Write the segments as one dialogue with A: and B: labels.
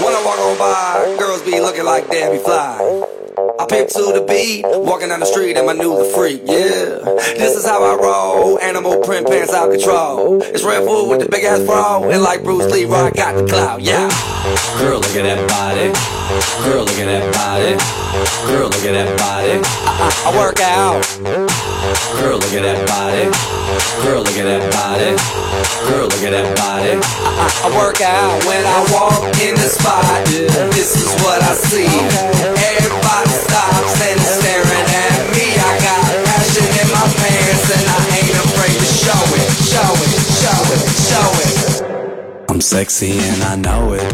A: When I walk on by, girls be looking like Debbie Fly. I pick to the beat, walking down the street and my new the freak, yeah. This is how I roll, animal print pants out control. It's Red Food with the big ass bra, and like Bruce Lee, I got the clout, yeah. Girl, look at that body. Girl, look at that body. Girl, look at that body. I, I, I work out. Girl, look at that body. Girl, look at that body. Girl, look at that body. I, I, I work out when I walk in the spot. This is what I see. Everybody stops and is staring at me. I got passion in my pants and I ain't afraid to show it, show it, show it, show it. I'm sexy and I know it.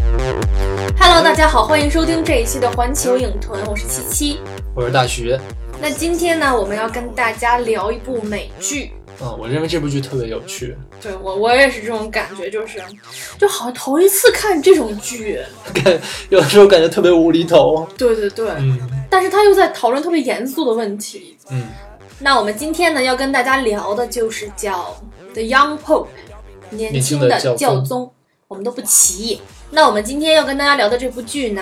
B: Hello，大家好，欢迎收听这一期的环球影屯，我是七七。
C: 我是大徐。
B: 那今天呢，我们要跟大家聊一部美剧。
C: 嗯，我认为这部剧特别有趣，
B: 对我，我也是这种感觉，就是，就好像头一次看这种剧。
C: 有的时候感觉特别无厘头。
B: 对对对，
C: 嗯
B: 但是他又在讨论特别严肃的问题。
C: 嗯，
B: 那我们今天呢，要跟大家聊的就是叫 The Young Pope，年轻的
C: 年轻的教
B: 教
C: 宗
B: 宗，我们都不齐。那我们今天要跟大家聊的这部剧呢，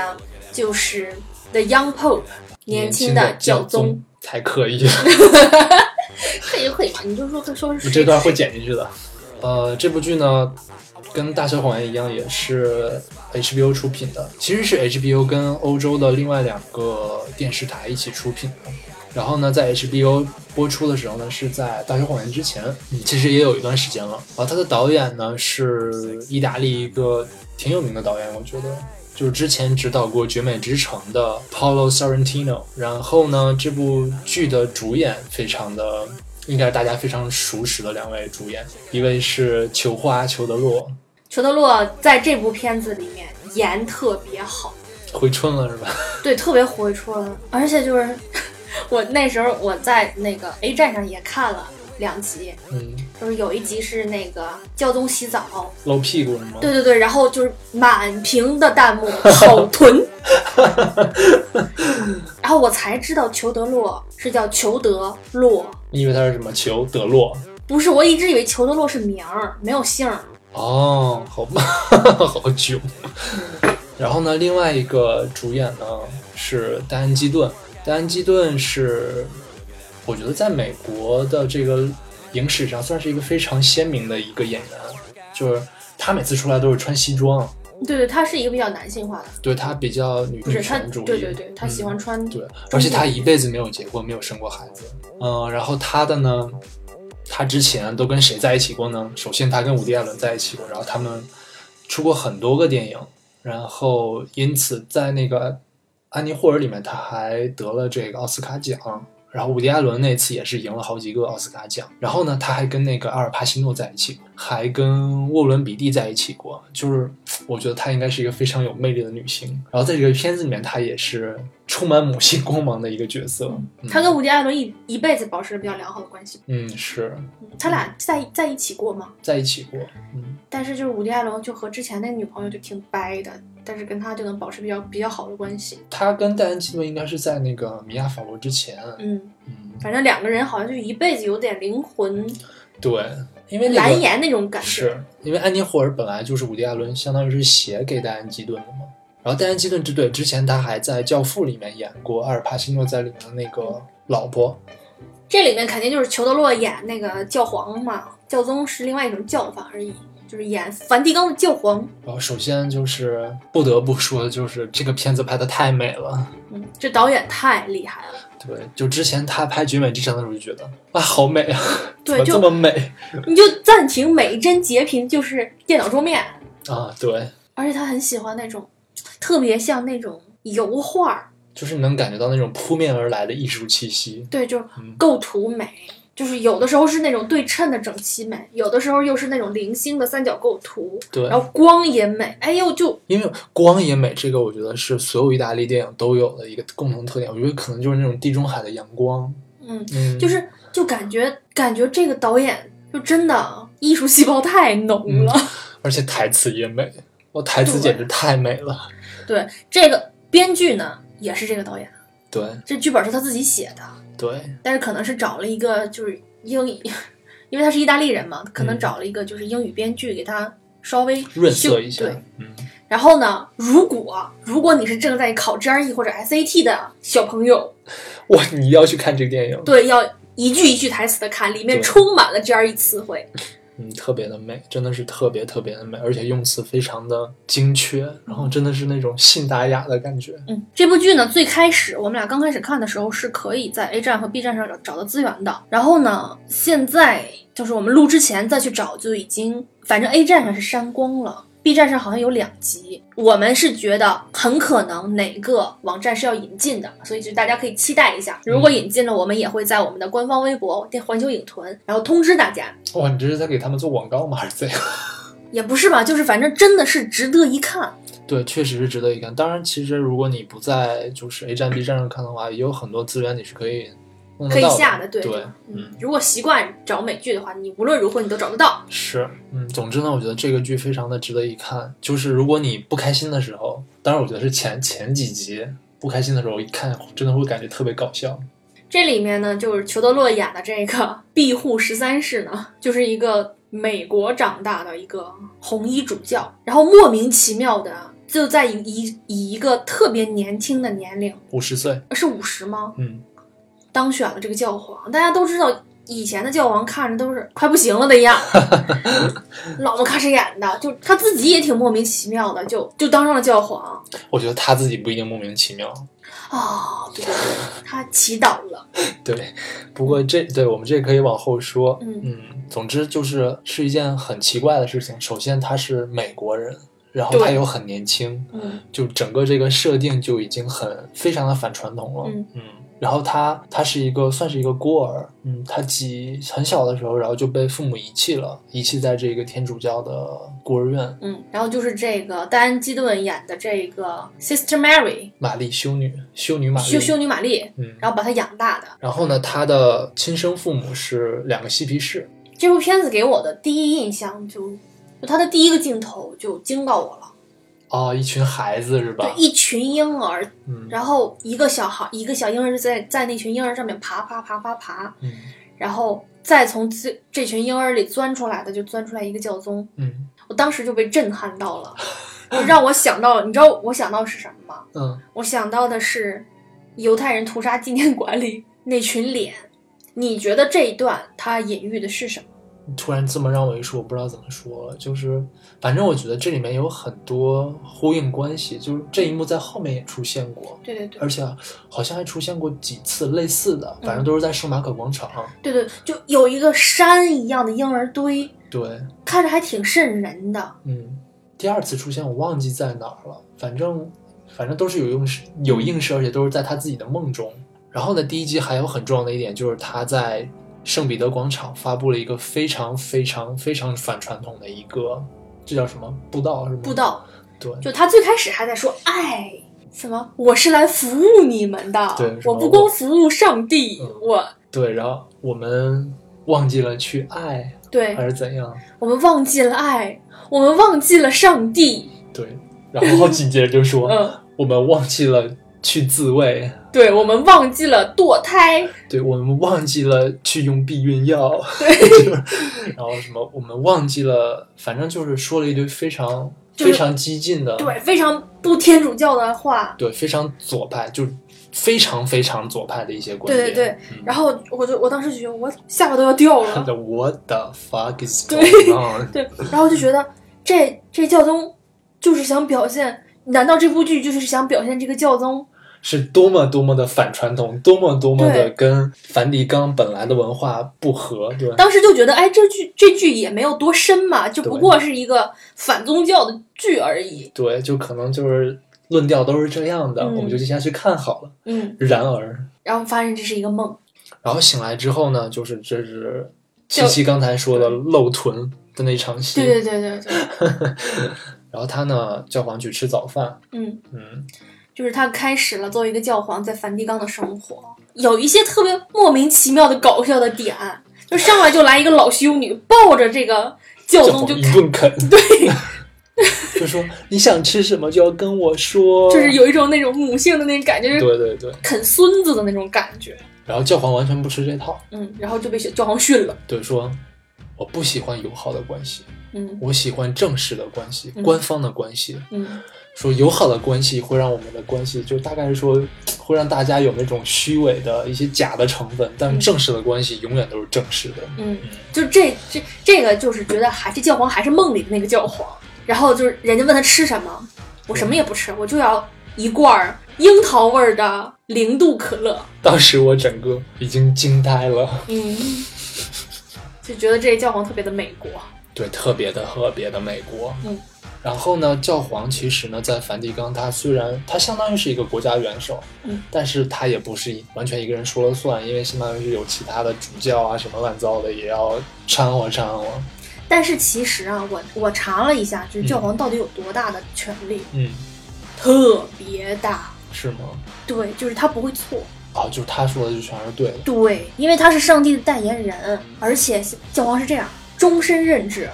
B: 就是 The Young Pope，年
C: 轻
B: 的
C: 教
B: 宗。
C: 才可以。
B: 可以可以嘛，你就说说
C: 我
B: 是
C: 这段会剪进去的。呃，这部剧呢，跟《大小谎言》一样，也是 HBO 出品的，其实是 HBO 跟欧洲的另外两个电视台一起出品的。然后呢，在 HBO 播出的时候呢，是在《大小谎言》之前，嗯，其实也有一段时间了。然后它的导演呢是意大利一个挺有名的导演，我觉得就是之前指导过《绝美之城》的 Paolo Sorrentino。然后呢，这部剧的主演非常的，应该是大家非常熟识的两位主演，一位是裘花裘德洛，
B: 裘德洛在这部片子里面演特别好。
C: 回春了是吧？
B: 对，特别回春，而且就是 我那时候我在那个 A 站上也看了两集，
C: 嗯，
B: 就是有一集是那个教宗洗澡，
C: 露屁股是吗？
B: 对对对，然后就是满屏的弹幕好臀，然后我才知道裘德洛是叫裘德洛，
C: 你以为他是什么裘德洛？
B: 不是，我一直以为裘德洛是名儿，没有姓儿。
C: 哦，好吧， 好久。然后呢，另外一个主演呢是戴安·基顿。戴安·基顿是，我觉得在美国的这个影史上算是一个非常鲜明的一个演员，就是他每次出来都是穿西装，
B: 对对，他是一个比较男性化的，
C: 对他比较女
B: 不
C: 女
B: 是他，
C: 权主义，
B: 对对对，他喜欢
C: 嗯
B: 穿，
C: 对，而且他一辈子没有结婚，没有生过孩子。嗯，然后他的呢，他之前都跟谁在一起过呢？首先，他跟伍迪·艾伦在一起过，然后他们出过很多个电影，然后因此在那个《安妮霍尔》里面，他还得了这个奥斯卡奖。然后伍迪·艾伦那次也是赢了好几个奥斯卡奖。然后呢，他还跟那个阿尔帕西诺在一起，还跟沃伦·比蒂在一起过。就是我觉得她应该是一个非常有魅力的女星。然后在这个片子里面，她也是充满母性光芒的一个角色。嗯
B: 他跟伍迪·艾伦一一辈子保持着比较良好的关系。
C: 嗯是
B: 他俩
C: 嗯
B: 在在一起过吗？
C: 在一起过，嗯
B: 但是就是伍迪·艾伦就和之前那女朋友就挺掰的，但是跟他就能保持比较比较好的关系。
C: 她跟戴安·基顿应该是在那个米娅·法罗之前。
B: 嗯，
C: 嗯，
B: 反正两个人好像就一辈子有点灵魂
C: 对，因为那个
B: 蓝颜那种感觉。
C: 是因为安妮霍尔本来就是伍迪·艾伦，相当于是写给戴安·基顿的嘛。然后戴安·基顿之对之前他还在《教父》里面演过阿尔帕西诺在里面的那个老婆，
B: 这里面肯定就是裘德洛演那个教皇嘛，教宗是另外一种叫法而已，就是演梵蒂冈的教皇。
C: 然后首先就是不得不说的就是这个片子拍的太美了。
B: 嗯，这导演太厉害了。
C: 对，就之前他拍《绝美之城》的时候就觉得哇，好美啊，怎
B: 对
C: 么
B: 就
C: 这么美
B: 你就暂停每一帧截屏就是电脑桌面，
C: 啊？对，
B: 而且他很喜欢那种特别像那种油画儿，
C: 就是能感觉到那种扑面而来的艺术气息。
B: 对，就是
C: 嗯
B: 构图美，就是有的时候是那种对称的整齐美，有的时候又是那种零星的三角构图，
C: 对，
B: 然后光也美，哎呦就
C: 因为光也美，这个我觉得是所有意大利电影都有的一个共同特点。我觉得可能就是那种地中海的阳光，
B: 嗯，
C: 嗯，
B: 就是就感觉感觉这个导演就真的艺术细胞太
C: 嗯
B: 浓了，
C: 而且台词也美，我台词简直太美了。
B: 对这个编剧呢也是这个导演，
C: 对
B: 这剧本是他自己写的，
C: 对，
B: 但是可能是找了一个就是英语， 因为他是意大利人嘛，可能
C: 嗯
B: 找了一个就是英语编剧给他稍微
C: 润
B: 修
C: 色一下
B: 对，
C: 嗯，
B: 然后呢，如果如果你是正在考 GRE 或者 SAT 的小朋友，
C: 哇，你要去看这个电影，
B: 对，要一句一句台词的看，里面
C: 对
B: 充满了 GRE 词汇。
C: 嗯，特别的美，真的是特别特别的美，而且用词非常的精确，然后真的是那种信达雅的感觉。
B: 嗯，这部剧呢，最开始我们俩刚开始看的时候是可以在 A 站和 B 站上找找到资源的。然后呢，现在就是我们录之前再去找，就已经反正 A 站上是删光了，B 站上好像有两集。我们是觉得很可能哪个网站是要引进的，所以就大家可以期待一下。如果引进了，我们也会在我们的官方微博“环球影屯”然后通知大家。
C: 哇，你这是在给他们做广告吗？还是怎样？
B: 也不是吧，就是反正真的是值得一看。
C: 对，确实是值得一看。当然，其实如果你不在就是 A 站、B 站上看的话，也有很多资源你是可以弄得
B: 可以
C: 到
B: 下的
C: 的。
B: 对
C: 嗯，
B: 如果习惯找美剧的话，你无论如何你都找得到。
C: 是，嗯，总之呢，我觉得这个剧非常的值得一看。就是如果你不开心的时候，当然我觉得是前前几集不开心的时候，一看真的会感觉特别搞笑。
B: 这里面呢，就是裘德洛演的这个庇护十三世呢，就是一个美国长大的一个红衣主教，然后莫名其妙的啊就在以以以一个特别年轻的年龄，
C: 五十岁，
B: 是五十吗？
C: 嗯，
B: 当选了这个教皇。大家都知道，以前的教皇看着都是快不行了的样，老么咔哧眼的，就他自己也挺莫名其妙的，就就当上了教皇。
C: 我觉得他自己不一定莫名其妙。
B: 啊、对对对，他祈祷了，
C: 对，不过这对我们这可以往后说。
B: 嗯
C: 总之就是是一件很奇怪的事情。首先他是美国人，然后
B: 对
C: 他又很年轻，
B: 嗯。
C: 就整个这个设定就已经很非常的反传统了。
B: 嗯
C: 然后他他是一个算是一个孤儿，嗯，他几很小的时候，然后就被父母遗弃了，遗弃在这个天主教的孤儿院，
B: 嗯，然后就是这个戴安·基顿演的这个 Sister Mary
C: 玛丽修女，修女玛丽，
B: 修修女玛丽，
C: 嗯。
B: 然后把她养大的。
C: 然后呢，他的亲生父母是两个嬉皮士，
B: 这部片子给我的第一印象就，就它的第一个镜头就惊到我了，
C: 哦，一群孩子是吧
B: 对，？一群婴儿，
C: 嗯
B: 然后一个小孩，一个小婴儿就在在那群婴儿上面爬爬爬爬爬，
C: 嗯
B: 然后再从这这群婴儿里钻出来的就钻出来一个教宗，
C: 嗯
B: 我当时就被震撼到 了，就让我想到，你知道我想到是什么吗？
C: 嗯，
B: 我想到的是犹太人屠杀纪念馆里那群脸。你觉得这一段它隐喻的是什么？
C: 突然这么让我一说，我不知道怎么说了。就是，反正我觉得这里面有很多呼应关系，就是这一幕在后面也出现过，
B: 对对对
C: 而且好像还出现过几次类似的，反正
B: 嗯
C: 都是在圣马可广场。
B: 对对，就有一个山一样的婴儿堆，
C: 对，
B: 看着还挺瘆人的。
C: 嗯，第二次出现我忘记在哪儿了，反正反正都是有用有映射，而且都是在他自己的梦中。然后呢，第一集还有很重要的一点就是他在圣彼得广场发布了一个非常非常非常反传统的一个，这叫什么布道是吗？
B: 布道，
C: 对
B: 就他最开始还在说：“哎，什么？我是来服务你们的
C: 对，什
B: 我
C: 么
B: 不光服务上帝，
C: 嗯
B: 我
C: 对，然后我们忘记了去爱
B: 对
C: 还是怎样？
B: 我们忘记了爱，我们忘记了上帝。
C: 对，然后紧接着就”说、
B: 嗯，
C: 我们忘记了去自慰，
B: 对，我们忘记了堕胎。
C: 对我们忘记了去用避孕药，对， 然后什么我们忘记了，反正就是说了一堆非常、
B: 就是
C: 非常激进的，
B: 对，非常不天主教的话，
C: 对非常左派，就非常非常左派的一些观
B: 对对
C: 点。
B: 对，
C: 嗯
B: 然后我就我当时就觉得我下巴都要掉了，
C: The What the fuck is
B: 对
C: going on？
B: 对，然后就觉得这这教宗就是想表现，难道这部剧就是想表现这个教宗？
C: 是多么多么的反传统，多么多么的
B: 对
C: 跟梵蒂冈本来的文化不合，对吧？
B: 当时就觉得，哎，这剧这剧也没有多深嘛，就不
C: 对
B: 过是一个反宗教的剧而已。
C: 对，就可能就是论调都是这样的，
B: 嗯
C: 我们就接下去看好了。
B: 嗯，
C: 然而，
B: 然后发现这是一个梦，
C: 然后醒来之后呢，就是这是
B: 就
C: 七七刚才说的露臀的那场戏。
B: 对对对对对，
C: 然后他呢，教皇去吃早饭。
B: 嗯，
C: 嗯，
B: 就是他开始了作为一个教皇在梵蒂冈的生活，有一些特别莫名其妙的搞笑的点，啊就上来就来一个老修女抱着这个教
C: 教
B: 宗
C: 皇
B: 就
C: 一顿啃。 对。就说你想吃什么就要跟我说，
B: 就是有一种那种母性的那种感觉，就是
C: 哦对对对，
B: 啃孙子的那种感觉。
C: 然后教皇完全不吃这套，
B: 嗯，然后就被小教皇训了。
C: 对，说我不喜欢友好的关系，
B: 嗯
C: 我喜欢正式的关系，官方的关系。
B: 嗯
C: 说友好的关系会让我们的关系，就大概是说，会让大家有那种虚伪的一些假的成分，但正式的关系永远都是正式的。
B: 嗯，就这这这个就是觉得还这教皇还是梦里的那个教皇，然后就是人家问他吃什么，我什么也不吃，我就要一罐儿樱桃味儿的零度可乐，
C: 当时我整个已经惊呆了，
B: 嗯， 就觉得这教皇特别的美国，
C: 对，特别的特别的美国。
B: 嗯，
C: 然后呢，教皇其实呢，在梵蒂冈，他虽然他相当于是一个国家元首，
B: 嗯，
C: 但是他也不是一完全一个人说了算，因为相当于是有其他的主教啊什么乱糟的也要掺和掺和。
B: 但是其实啊，我我查了一下，就是教皇到底有多大的权力，
C: 嗯，
B: 特别大，
C: 是吗？
B: 对，就是他不会错。
C: 啊，就是他说的就全是对的。
B: 对，因为他是上帝的代言人，而且教皇是这样，终身任职。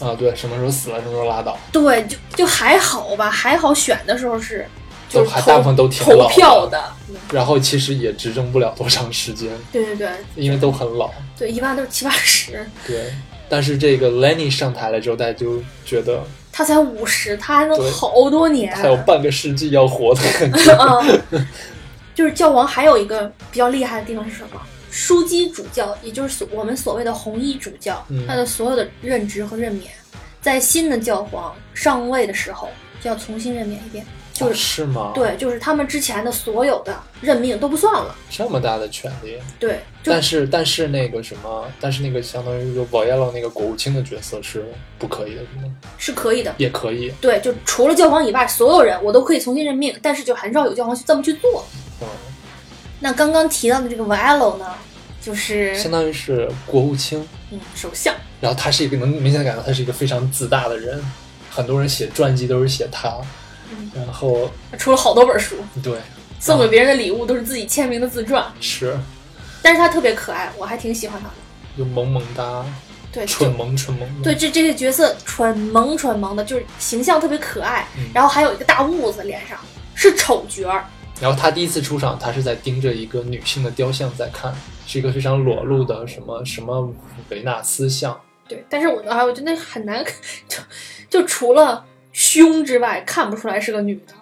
C: 啊，对，什么时候死了，什么时候拉倒，
B: 对，就就还好吧，还好选的时候是就
C: 都
B: 是
C: 还
B: 投
C: 大部分都挺老
B: 投票
C: 的，
B: 的。
C: 然后其实也执政不了多长时间，
B: 对对对
C: 因为都很老。
B: 对，一般都是七八十，
C: 对，但是这个 Lenny 上台了之后，大家就觉得
B: 他才五十，他还
C: 对
B: 能好多年。
C: 还有半个世纪要活的感觉。
B: 嗯，就是教皇还有一个比较厉害的地方是什么？枢机主教，也就是所我们所谓的红衣主教
C: 嗯，
B: 他的所有的任职和任免，在新的教皇上位的时候就要重新任免一遍， 就
C: 啊
B: 是
C: 是吗？，
B: 对，就是他们之前的所有的任命都不算了，
C: 这么大的权利，
B: 对，就
C: 但是但是那个什么，但是那个相当于就 v o y e l o 那个国务卿的角色是不可以的，是吗？
B: 是可以的。
C: 也可以，
B: 对，就除了教皇以外，所有人我都可以重新任命，但是就很少有教皇去这么去做。
C: 嗯，
B: 那刚刚提到的这个 v a l o 呢，就是
C: 相当于是国务卿。
B: 嗯首相，
C: 然后他是一个能明显感到他是一个非常自大的人，很多人写传记都是写他，
B: 嗯
C: 然后
B: 出了好多本书，
C: 对
B: 送
C: 啊
B: 给别人的礼物都是自己签名的自传，
C: 是
B: 但是他特别可爱，我还挺喜欢他的。
C: 就萌萌哒，
B: 哎对，
C: 蠢
B: 就
C: 萌蠢萌的，
B: 对，这这个角色蠢萌蠢萌的，就是形象特别可爱，
C: 嗯
B: 然后还有一个大痦子，脸上是丑角儿。
C: 然后他第一次出场，他是在盯着一个女性的雕像在看，是一个非常裸露
B: 嗯
C: 的什么什么维纳斯像，
B: 对，但是我啊，我觉得很难， 就就除了胸之外，看不出来是个女的，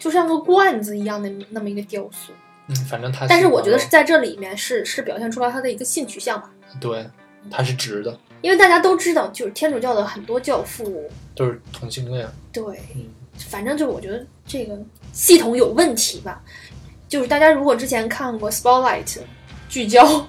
B: 就像个罐子一样的那么一个雕塑。
C: 嗯，反正他
B: 但是我觉得是在这里面是是表现出来他的一个性取向吧，
C: 对，他是直的，
B: 因为大家都知道，就是天主教的很多教父，
C: 都是同性恋，
B: 对，
C: 嗯
B: 反正就是我觉得这个系统有问题吧。就是大家如果之前看过《Spotlight》聚焦，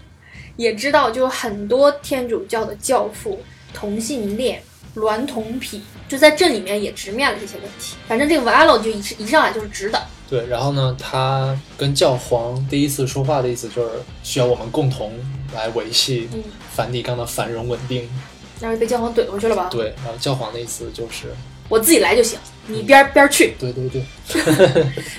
B: 也知道就很多天主教的教父、同性恋、娈童癖，就在这里面也直面了这些问题。反正这个 v a l o 就一一上来就是直的，
C: 对，然后呢，他跟教皇第一次说话的意思就是需要我们共同来维系
B: 嗯
C: 梵蒂冈的繁荣稳定。
B: 然后被教皇怼回去了吧？
C: 对，然后教皇的意思就是，
B: 我自己来就行，你边儿边儿去。
C: 对对对，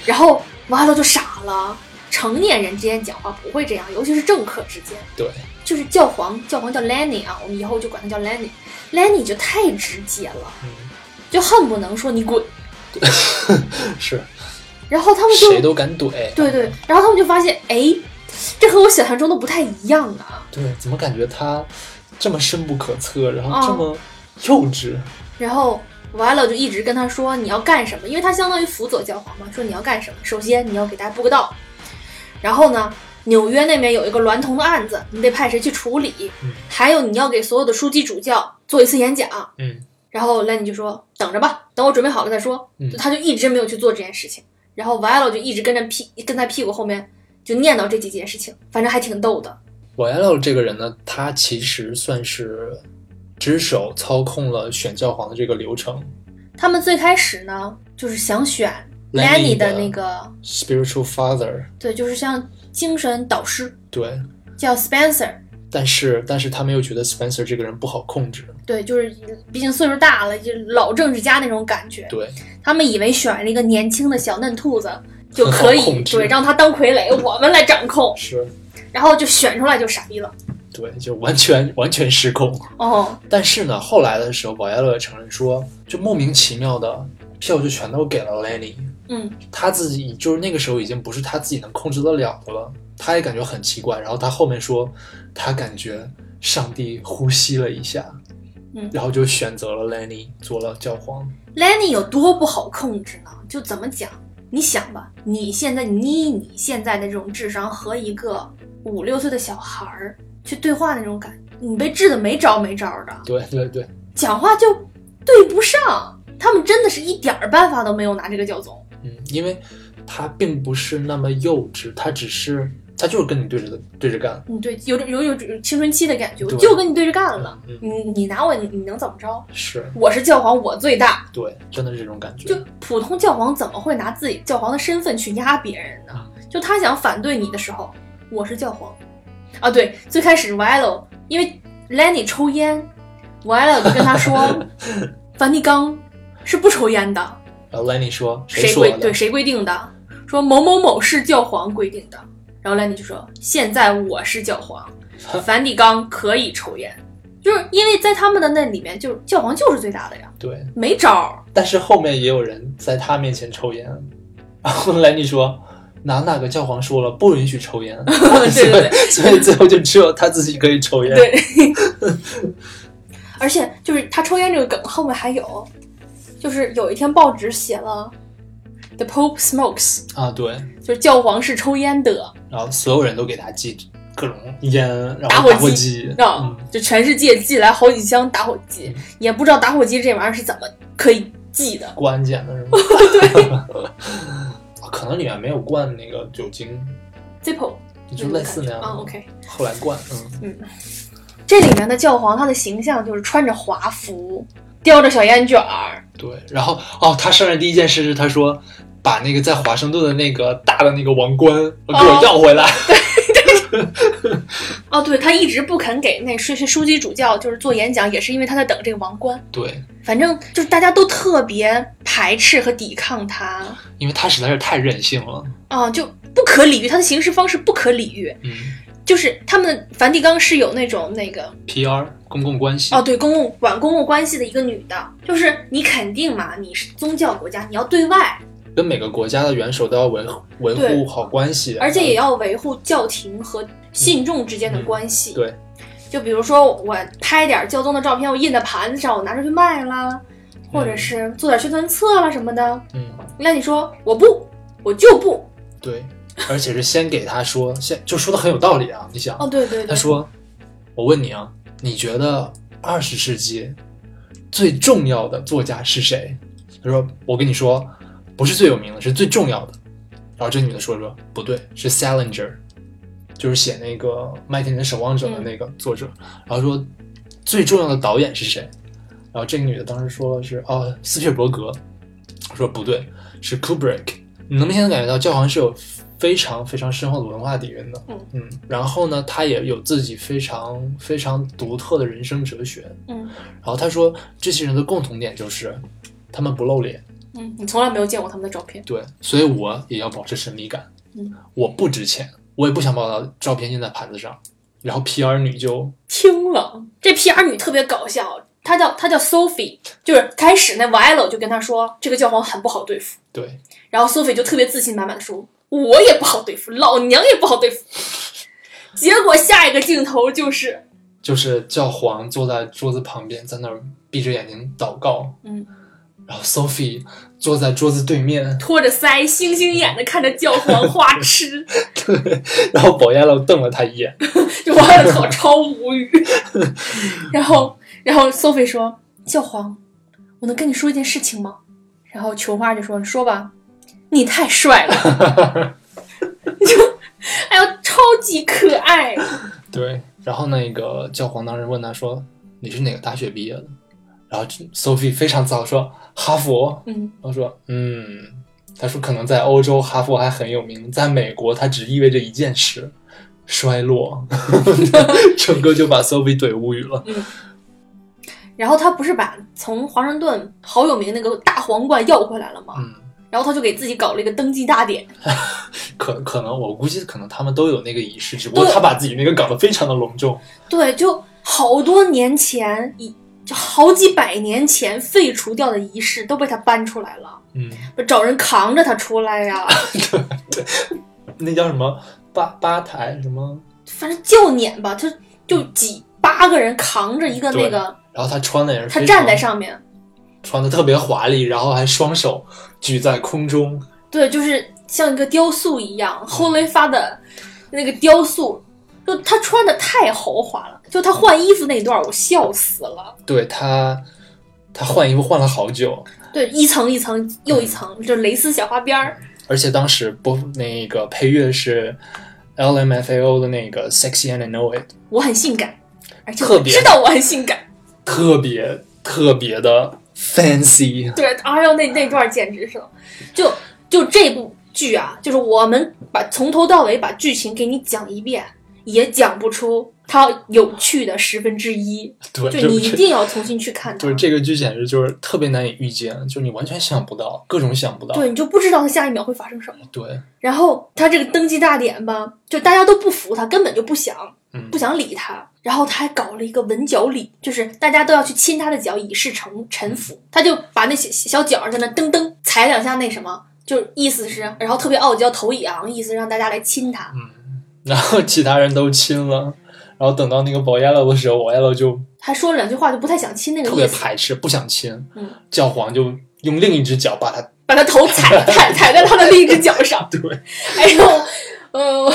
B: 然后 v a l o 就傻了。成年人之间讲话不会这样，尤其是政客之间。
C: 对，
B: 就是教皇，教皇叫 Lenny 啊，我们以后就管他叫 Lenny。Lenny 就太直接了，
C: 嗯，
B: 就恨不能说你滚。
C: 是，
B: 然后他们
C: 谁
B: 就
C: 都敢怼，
B: 对对，然后他们就发现，哎，这和我想象中的不太一样啊。
C: 对，怎么感觉他这么深不可测，然后
B: 啊
C: 这么幼稚？
B: 然后 v a l o 就一直跟他说你要干什么，因为他相当于辅佐教皇嘛，说你要干什么。首先你要给大家布个道，然后呢，纽约那边有一个娈童的案子，你得派谁去处理
C: 嗯，
B: 还有你要给所有的枢机主教做一次演讲。
C: 嗯，
B: 然后 Lenny 就说：“等着吧，等我准备好了再说。
C: 嗯
B: 就他就一直没有去做这件事情。然后 v i l o 就一直跟着屁跟在屁股后面就念叨这几件事情，反正还挺逗的。
C: 瓦耶洛这个人呢，他其实算是只手操控了选教皇的这个流程
B: 他们最开始呢，就是想选
C: Lenny
B: Lenny
C: 的
B: 的那个，
C: ，spiritual father，
B: 对，就是像精神导师，
C: 对。
B: 叫 Spencer。
C: 但是，但是他们又觉得 Spencer 这个人不好控制，
B: 对，就是毕竟岁数大了，就老政治家那种感觉。
C: 对，
B: 他们以为选了一个年轻的小嫩兔子就可
C: 很好控
B: 以，
C: 制
B: 对，让他当傀儡，我们来掌控。
C: 是，
B: 然后就选出来就傻逼了。
C: 对，就完全完全失控。
B: 哦，
C: 但是呢，后来的时候，保耶勒也承认说，就莫名其妙的票就全都给了 Lenny，
B: 嗯。
C: 他自己就是那个时候已经不是他自己能控制得了的了，他也感觉很奇怪。然后他后面说，他感觉上帝呼吸了一下，
B: 嗯
C: 然后就选择了 Lenny 做了教皇。
B: Lenny 有多不好控制呢？就怎么讲？你想吧，你现在你以你现在的这种智商和一个五六岁的小孩儿去对话那种感觉，你被治的没招没招的，
C: 对对对，
B: 讲话就对不上。他们真的是一点儿办法都没有拿这个教宗。
C: 嗯，因为他并不是那么幼稚，他只是他就是跟你对着对着干。
B: 嗯，对，有点有有有青春期的感觉，我
C: 对
B: 就跟你对着干了。
C: 嗯，
B: 你你拿我，你你能怎么着？
C: 是
B: 我是教皇，我最大。
C: 对，真的是这种感觉。
B: 就普通教皇怎么会拿自己教皇的身份去压别人
C: 啊
B: 呢？就他想反对你的时候，我是教皇。啊，对，最开始 Vilo 因为 Lenny 抽烟，Vilo 就跟他 说，梵蒂冈是不抽烟的，
C: 然后 Lenny 说：“
B: 谁
C: 说
B: 规
C: 的？
B: 对谁规定的？说某某某是教皇规定的。然后 Lenny 就说：“现在我是教 皇，梵蒂冈可以抽烟。”就是因为在他们的那里面，就是教皇就是最大的呀，
C: 对
B: 没招儿。
C: 但是后面也有人在他面前抽烟，然后 Lenny 说。哪哪个教皇说了不允许抽烟？
B: 对对对，
C: 所以最后就只有他自己可以抽烟。
B: 对， 而且就是他抽烟这个梗后面还有，就是有一天报纸写了 “The Pope smokes”，
C: 啊，对，
B: 就是教皇是抽烟的，
C: 然后所有人都给他寄各种烟，然后
B: 打
C: 打
B: 火
C: 火
B: 机
C: 机，
B: 啊
C: 嗯，，
B: 就全世界寄来好几箱打火机，也不知道打火机这玩意儿是怎么可以寄的。
C: 关键的是吗？ 哦可能里面没有灌那个酒精，
B: Zippo
C: 就类似那样的。
B: 啊，OK，
C: 后来灌，嗯，
B: 这里面的教皇他的形象就是穿着华服，叼着小烟卷儿，
C: 对。然后哦，他上任第一件事是他说把那个在华盛顿的那个大的那个王冠我给我要回来。
B: 哦，对他一直不肯给那书书记主教就是做演讲，也是因为他在等这个王冠。
C: 对，
B: 反正就是大家都特别排斥和抵抗他，
C: 因为他实在是太任性了，
B: 啊、就不可理喻，他的行事方式不可理喻。
C: 嗯。
B: 就是他们梵蒂冈是有那种那个
C: PR 公共关系
B: 哦，对，公共管公共关系的一个女的，就是你肯定嘛，你是宗教国家，你要对外，
C: 跟每个国家的元首都要维护维
B: 对
C: 护好关系，
B: 而且也要维护教廷和信众之间的
C: 嗯
B: 关系。
C: 对，
B: 就比如说我拍点教宗的照片，我印在盘子上，我拿出去卖啦，或者
C: 嗯
B: 是做点宣传册啦什么的。
C: 嗯，
B: 那你说我不，我就不。
C: 对，而且是先给他说， 先就说的很有道理啊。你想，
B: 哦，对对对，
C: 他说：“我问你啊，你觉得二十世纪最重要的作家是谁？”他说：“我跟你说，不是最有名的，是最重要的。”然后这女的说说：“不对，是 Salinger，就是写那个《麦田里的守望者》的那个作者。然后说：“最重要的导演是谁？”然后这个女的当时说的是：“哦，斯皮尔伯格。”我说：“不对，是 Kubrick。”你能明显的感觉到教皇是有非常非常深厚的文化底蕴的。嗯，然后呢，他也有自己非常非常独特的人生哲学。
B: 嗯
C: 然后他说，这些人的共同点就是，他们不露脸。
B: 嗯，你从来没有见过他们的照片。
C: 对，所以我也要保持神秘感。
B: 嗯，
C: 我不值钱，我也不想把我的照片印在盘子上。然后 PR 女就
B: 听了，这 PR 女特别搞笑，她叫她叫 Sophie，就是开始那 Vilo 就跟她说这个教皇很不好对付，
C: 对，
B: 然后 Sophie 就特别自信满满的说我也不好对付，老娘也不好对付。结果下一个镜头就是，
C: 就是教皇坐在桌子旁边，在那儿闭着眼睛祷告。
B: 嗯，
C: 然后 Sophie 坐在桌子对面，
B: 托着腮，星星眼的看着教皇花痴，
C: 对，然后 b 亚 l 瞪了他一眼。
B: 就 Vilo 超超无语。 然后，然后 Sophie 说：“教皇，我能跟你说一件事情吗？”然后琼花就说：“说吧，你太帅了。” 哎呦，超级可爱。
C: 对，然后那个教皇当时问他说：“你是哪个大学毕业的？”然后 Sophie 非常早说：“哈佛。”
B: 嗯，
C: 然后说：“嗯。”他说：“可能在欧洲，哈佛还很有名，在美国，它只意味着一件事：衰落。” 整个就把 Sophie 怼无语了。
B: 然后他不是把从华盛顿好有名那个大皇冠要回来了吗？
C: 嗯，
B: 然后他就给自己搞了一个登基大典。
C: 可可能我估计可能他们都有那个仪式，只不过
B: 对
C: 他把自己那个搞得非常的隆重。
B: 对，就好多年前，一就好几百年前废除掉的仪式都被他搬出来了，
C: 嗯，
B: 不找人扛着他出来呀、
C: 那叫什么吧吧台什么？
B: 反正教撵吧，他就几八个人扛着一个那
C: 对
B: 个
C: 然后他穿的也是
B: 他
C: 非
B: 站
C: 常
B: 在上面，
C: 穿的特别华丽，然后还双手举在空中，
B: 对，就是像一个雕塑一
C: 嗯
B: 样，后来发的那个雕塑，就他穿的太豪华了，就他换衣服那段儿我笑死了，
C: 对他，他换衣服换了好久，
B: 对，一层一层又一
C: 嗯
B: 层，就蕾丝小花边儿，
C: 而且当时播那个配乐是 LMFAO 的那个 Sexy and Know It，
B: 我很性感，而且
C: 特
B: 我
C: 别
B: 知道我很性感，
C: 特别特别的 fancy，
B: 对，哎呦那那段儿简直是了，就就这部剧啊，就是我们把从头到尾把剧情给你讲一遍，也讲不出它有趣的十分之一，
C: 对，
B: 就你一
C: 这
B: 定要重新去看它
C: 就是。这个剧简直就是特别难以预见，就你完全想不到，各种想不到，
B: 对，你就不知道它下一秒会发生什么。
C: 对
B: 然后他这个登基大典吧，就大家都不服他，根本就不想
C: 嗯
B: 不想理他。然后他还搞了一个吻脚礼，就是大家都要去亲他的脚以示臣臣服。他就把那小小脚在那噔噔踩两下，那什么，就意思是，然后特别傲娇，头一昂，意思让大家来亲他。
C: 嗯然后其他人都亲了，然后等到那个 Boyello 的时候，Boyello 就
B: 还说了两句话，就不太想亲那个
C: 特别
B: 意思，
C: 排斥，不想亲，
B: 嗯
C: 教皇就用另一只脚把他
B: 把他头踩踩踩在他的另一只脚上。
C: 对，
B: 哎呦，呃，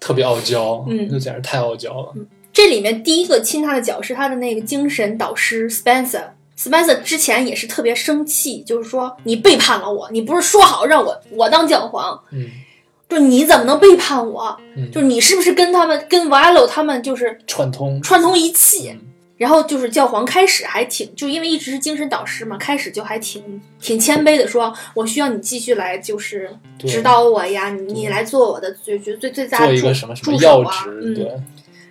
C: 特别傲娇，
B: 嗯
C: 就简直太傲娇了，
B: 这里面第一个亲他的脚是他的那个精神导师 Spencer。Spencer 之前也是特别生气，就是说你背叛了我，你不是说好让我我当教皇，
C: 嗯
B: 就你怎么能背叛我？
C: 嗯，
B: 就是你是不是跟他们跟 Valo 他们就是
C: 串通，
B: 串通一气？
C: 嗯
B: 然后就是教皇开始还挺，就因为一直是精神导师嘛，开始就还挺挺谦卑的说，我需要你继续来就是
C: 对
B: 指导我呀，你你来做我的最最最最大
C: 做
B: 的
C: 一
B: 助
C: 个什么什么
B: 助手
C: 要
B: 啊
C: 职，，
B: 嗯。
C: 对，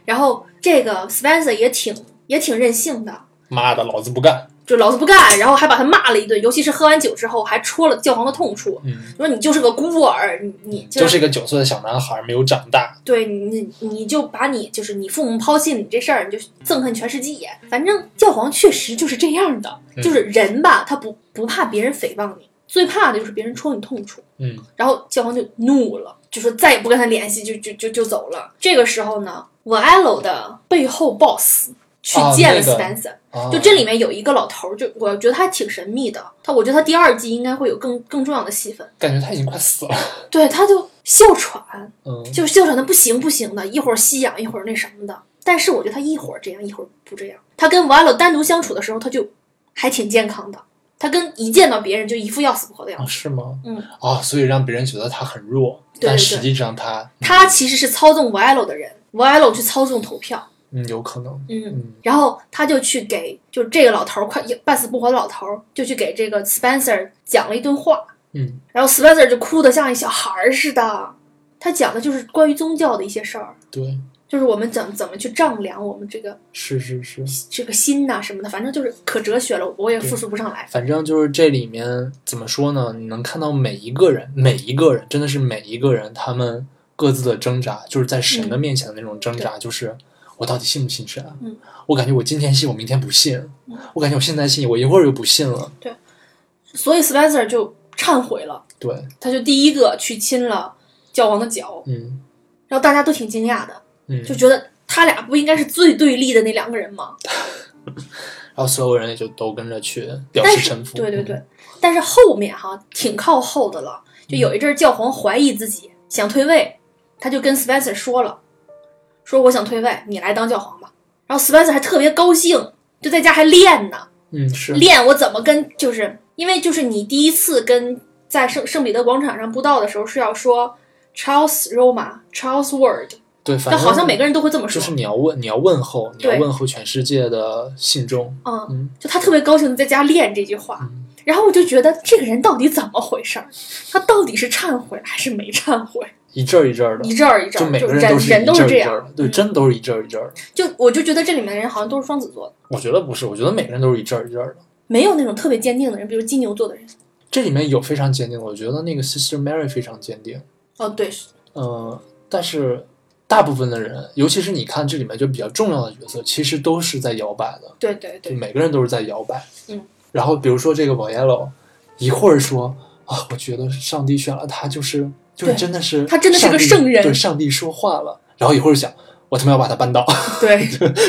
B: 然后这个 Spencer 也挺也挺任性的，
C: 妈的，老子不干，
B: 就老子不干，然后还把他骂了一顿，尤其是喝完酒之后还戳了教皇的痛处，
C: 嗯，
B: 说你就是个孤儿，你你就
C: 就是一个九岁的小男孩，没有长大，
B: 对你你你就把你就是你父母抛弃你这事儿，你就憎恨全世界。反正教皇确实就是这样的，
C: 嗯
B: 就是人吧，他不不怕别人诽谤你，最怕的就是别人戳你痛处。
C: 嗯，
B: 然后教皇就怒了，就说再也不跟他联系，就就就就走了。这个时候呢，我 L 的背后 boss 去
C: 啊
B: 见了
C: 那个
B: Spencer，、
C: 啊
B: 就这里面有一个老头儿，就我觉得他挺神秘的，他我觉得他第二季应该会有更更重要的戏份。
C: 感觉他已经快死了，
B: 对，他就哮喘，
C: 嗯，
B: 就是哮喘的不行不行的，一会儿吸氧，一会儿那什么的。但是我觉得他一会儿这样，一会儿不这样。他跟瓦 a 单独相处的时候，他就还挺健康的。他跟一见到别人就一副要死不活的样
C: 啊
B: 子。
C: 是吗？
B: 嗯，
C: 啊，所以让别人觉得他很弱，
B: 对
C: 但
B: 对
C: 实际上他
B: 他其实是操纵瓦 a 的人瓦 a 去操纵投票。
C: 嗯有可能，
B: 嗯，
C: 嗯
B: 然后他就去给，就这个老头儿快半死不活的老头儿，就去给这个 Spencer 讲了一顿话。
C: 嗯
B: 然后 Spencer 就哭得像一小孩儿似的。他讲的就是关于宗教的一些事儿，
C: 对，
B: 就是我们怎怎么去丈量我们这个
C: 是是是，
B: 这个心呐、什么的，反正就是可哲学了，我也复述不上来。
C: 反正就是这里面怎么说呢？你能看到每一个人，每一个人，真的是每一个人，他们各自的挣扎，就是在神的面前的那种挣扎，就是我到底信不信神？啊
B: 嗯，
C: 我感觉我今天信，我明天不信；
B: 嗯
C: 我感觉我现在信，我一会儿又不信了。
B: 所以 Spencer 就忏悔了，
C: 对，
B: 他就第一个去亲了教皇的脚，
C: 嗯
B: 然后大家都挺惊讶的，
C: 嗯，
B: 就觉得他俩不应该是最对立的那两个人吗？
C: 然后所有人也就都跟着去表
B: 但
C: 示
B: 是
C: 臣服。
B: 对对对
C: 嗯，，
B: 但是后面哈、挺靠后的了，就有一阵儿教皇怀疑自己想退位，他就跟 Spencer 说了，说我想退位，你来当教皇吧。然后 Spencer 还特别高兴，就在家还练呢，
C: 嗯是，
B: 练我怎么跟，就是因为就是你第一次跟在圣圣彼得广场上布道的时候是要说 Charles Roma Charles Word，
C: 对，反
B: 但
C: 正
B: 好像每个人都会这么
C: 就
B: 说，
C: 是你要问，你要问候，你要
B: 对
C: 问候全世界的信众。
B: 嗯，
C: 嗯
B: 就他特别高兴的在家练这句话。然后我就觉得这个人到底怎么回事儿？他到底是忏悔还是没忏悔？
C: 一阵儿一阵儿的，
B: 一阵儿一阵
C: 就
B: 儿，
C: 每
B: 就
C: 个
B: 人
C: 人都
B: 人都
C: 是一阵儿
B: 这
C: 一阵儿
B: 样。
C: 的，对，真的都是一阵儿一阵儿的。
B: 就我就觉得这里面的人好像都是双子座的，
C: 我觉得不是，我觉得每个人都是一阵儿一阵儿的。
B: 没有那种特别坚定的人，比如金牛座的人。
C: 这里面有非常坚定的，我觉得那个 Sister Mary 非常坚定。
B: 哦，对，是
C: 呃，但是大部分的人，尤其是你看这里面就比较重要的角色，其实都是在摇摆的，
B: 对对
C: 就
B: 对，
C: 每个人都是在摇摆。
B: 嗯。
C: 然后比如说这个 v o y e l l o 一会儿说啊，我觉得上帝选了他，就是就是
B: 对
C: 真的是
B: 他真的是个
C: 上帝
B: 圣人
C: 对上帝说话了。然后一会儿想，我他妈要把它扳倒，
B: 对，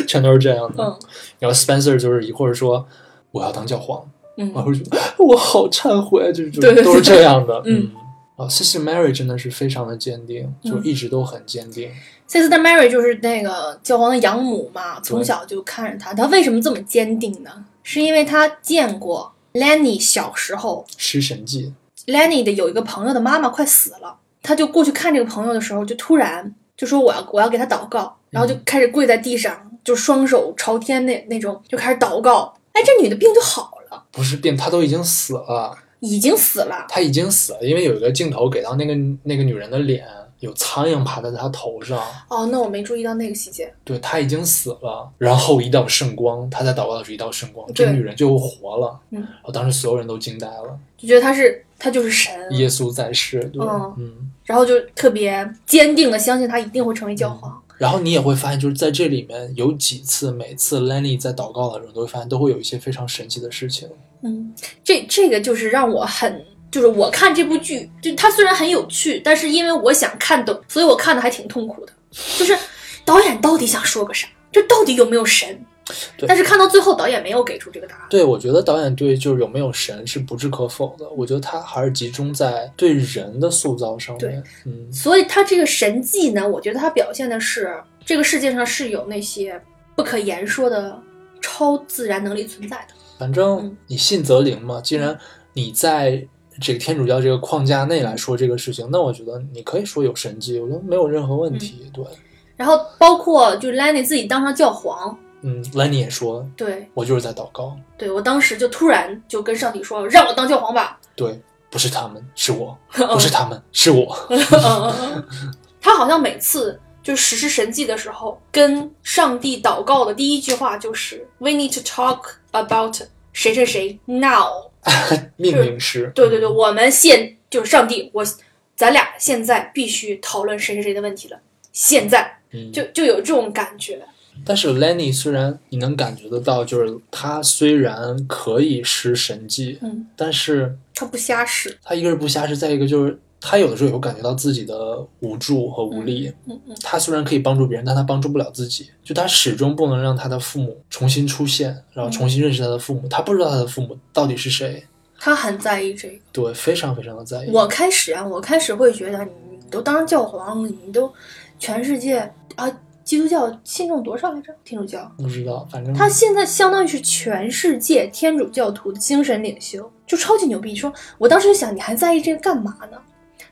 C: 全都是这样的。
B: 嗯
C: 然后 Spencer 就是一会儿说我要当教皇，然
B: 嗯
C: 后就 我好忏悔，就是就
B: 对对
C: 都是这样的。
B: 嗯，
C: 啊，Sister Mary 真的是非常的坚定，就
B: 嗯
C: 一直都很坚定。
B: ，Sister Mary 就是那个教皇的养母嘛，从小就看着他。他为什么这么坚定呢？是因为他见过 Lenny 小时候
C: 失神记，
B: Lenny 的有一个朋友的妈妈快死了，他就过去看这个朋友的时候，就突然就说我要我要给他祷告，然后就开始跪在地上，就双手朝天那那种就开始祷告。哎，这女的病就好了，
C: 不是病，她都已经死了，
B: 已经死了。
C: 她已经死了，因为有一个镜头给到那个那个女人的脸，有苍蝇爬在她头上，
B: 哦，那我没注意到那个细节。
C: 对她已经死了。然后一道圣光，她在祷告的时候一道圣光，这个
B: 对
C: 女人就活了。
B: 嗯
C: 然后当时所有人都惊呆了，
B: 就觉得他是他就是神，
C: 耶稣在世，对，
B: 嗯
C: 嗯
B: 然后就特别坚定的相信他一定会成为教皇。
C: 然后你也会发现，就是在这里面有几次，每次 Lenny 在祷告的时候，都会发现都会有一些非常神奇的事情。
B: 嗯，这这个就是让我很。就是我看这部剧，就它虽然很有趣，但是因为我想看懂，所以我看的还挺痛苦的。就是导演到底想说个啥？这到底有没有神？
C: 对
B: 但是看到最后，导演没有给出这个答案。
C: 对，我觉得导演对就是有没有神是不置可否的。我觉得他还是集中在对人的塑造上面。嗯，
B: 所以他这个神迹呢，我觉得他表现的是这个世界上是有那些不可言说的超自然能力存在的。
C: 反正
B: 嗯
C: 你信则灵嘛。既然你在这个天主教这个框架内来说这个事情，那我觉得你可以说有神迹，我觉得没有任何
B: 嗯
C: 问题。对，
B: 然后包括就 Lenny 自己当上教皇，
C: 嗯，Lenny 也说，
B: 对
C: 我就是在祷告。
B: 对，我当时就突然就跟上帝说，让我当教皇吧。
C: 对，不是他们，是我，
B: 哦
C: 不是他们，是我。
B: 他好像每次就实施神迹的时候，跟上帝祷告的第一句话就是 “We need to talk about 谁谁谁 now”。
C: 命名师，
B: 对对对，我们现就是上帝，我咱俩现在必须讨论谁谁谁的问题了。现在
C: 嗯，
B: 就就有这种感觉，
C: 但是 Lenny 虽然你能感觉得到，就是他虽然可以施神迹，
B: 嗯，
C: 但是
B: 他不瞎使，
C: 他一个是不瞎施，再一个就是他有的时候也会感觉到自己的无助和无力。
B: 嗯嗯
C: 他虽然可以帮助别人，但他帮助不了自己，就他始终不能让他的父母重新出现，然后重新认识他的父母。他不知道他的父母到底是谁，
B: 他很在意这个。
C: 对，非常非常的在意。
B: 我开始啊，我开始会觉得你你都当上教皇，你都全世界啊，基督教信众多少来着？天主教，
C: 不知道，反正
B: 他现在相当于是全世界天主教徒的精神领袖，就超级牛逼。说我当时就想，你还在意这个干嘛呢？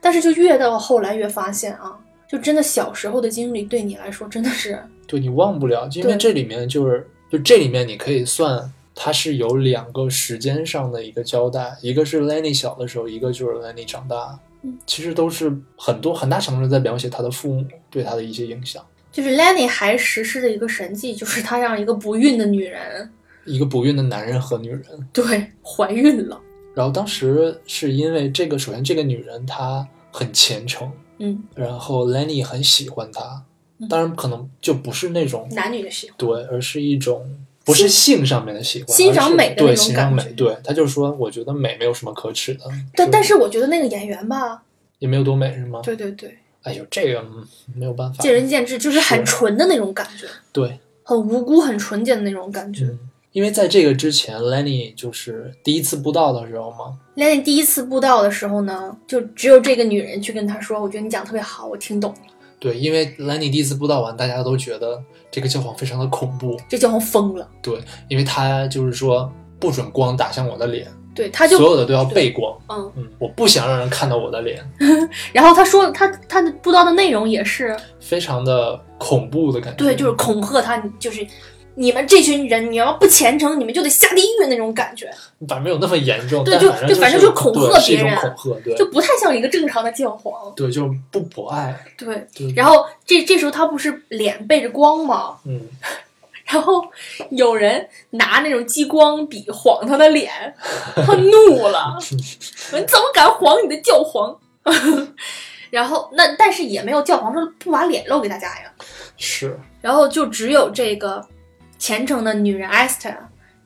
B: 但是就越到后来越发现啊，就真的小时候的经历对你来说真的是，
C: 对你忘不了，因为
B: 对
C: 这里面就是就这里面你可以算它是有两个时间上的一个交代，一个是 Lenny 小的时候，一个就是 Lenny 长大。
B: 嗯，
C: 其实都是很多很大程度上在描写他的父母对他的一些影响。
B: 就是 Lenny 还实施的一个神迹，就是他让一个不孕的女人
C: 一个不孕的男人和女人，
B: 对怀孕了，
C: 然后当时是因为这个，首先这个女人她很虔诚，
B: 嗯，
C: 然后 Lenny 很喜欢她，
B: 嗯
C: 当然可能就不是那种
B: 男女的喜欢，
C: 对，而是一种不是性上面的喜欢，
B: 嗯欣赏
C: 而是
B: 美的那
C: 对
B: 种
C: 欣赏美
B: 感觉，
C: 对，他就说我觉得美没有什么可耻的，
B: 但
C: 对
B: 但是我觉得那个演员吧，
C: 也没有多美是吗？
B: 对对对。
C: 哎呦，这个嗯没有办法，
B: 见仁见智，就是很纯的那种感觉，
C: 对，
B: 很无辜、很纯洁的那种感觉。
C: 嗯，因为在这个之前，Lenny 就是第一次布道的时候嘛，
B: Lenny 第一次布道的时候呢，就只有这个女人去跟他说：“我觉得你讲得特别好，我听懂了。
C: 对，因为 Lenny 第一次布道完，大家都觉得这个教皇非常的恐怖，”
B: 这教皇疯了，
C: 对，因为他就是说不准光打向我的脸，
B: 对，他
C: 所
B: 就
C: 有的都要背光，
B: 嗯，
C: 嗯，我不想让人看到我的脸，
B: 然后他说他他的布道的内容也是
C: 非常的恐怖的感觉，
B: 对，就是恐吓他，你就是你们这群人，你要不虔诚，你们就得下地狱那种感觉，
C: 反正没有那么严重，
B: 对
C: 但
B: 就
C: 反正
B: 就
C: 就
B: 反正
C: 是
B: 就恐
C: 对
B: 吓
C: 是一
B: 别
C: 种
B: 人
C: 恐吓，对
B: 就不太像一个正常的教皇。
C: 对，就不博爱，
B: 对，
C: 对，
B: 然后这这时候他不是脸背着光吗？
C: 嗯，
B: 然后有人拿那种激光笔晃他的脸，他怒了，说你怎么敢晃你的教皇？ 然后那但是也没有教皇说不把脸露给大家呀，
C: 是
B: 然后就只有这个虔诚的女人 Esther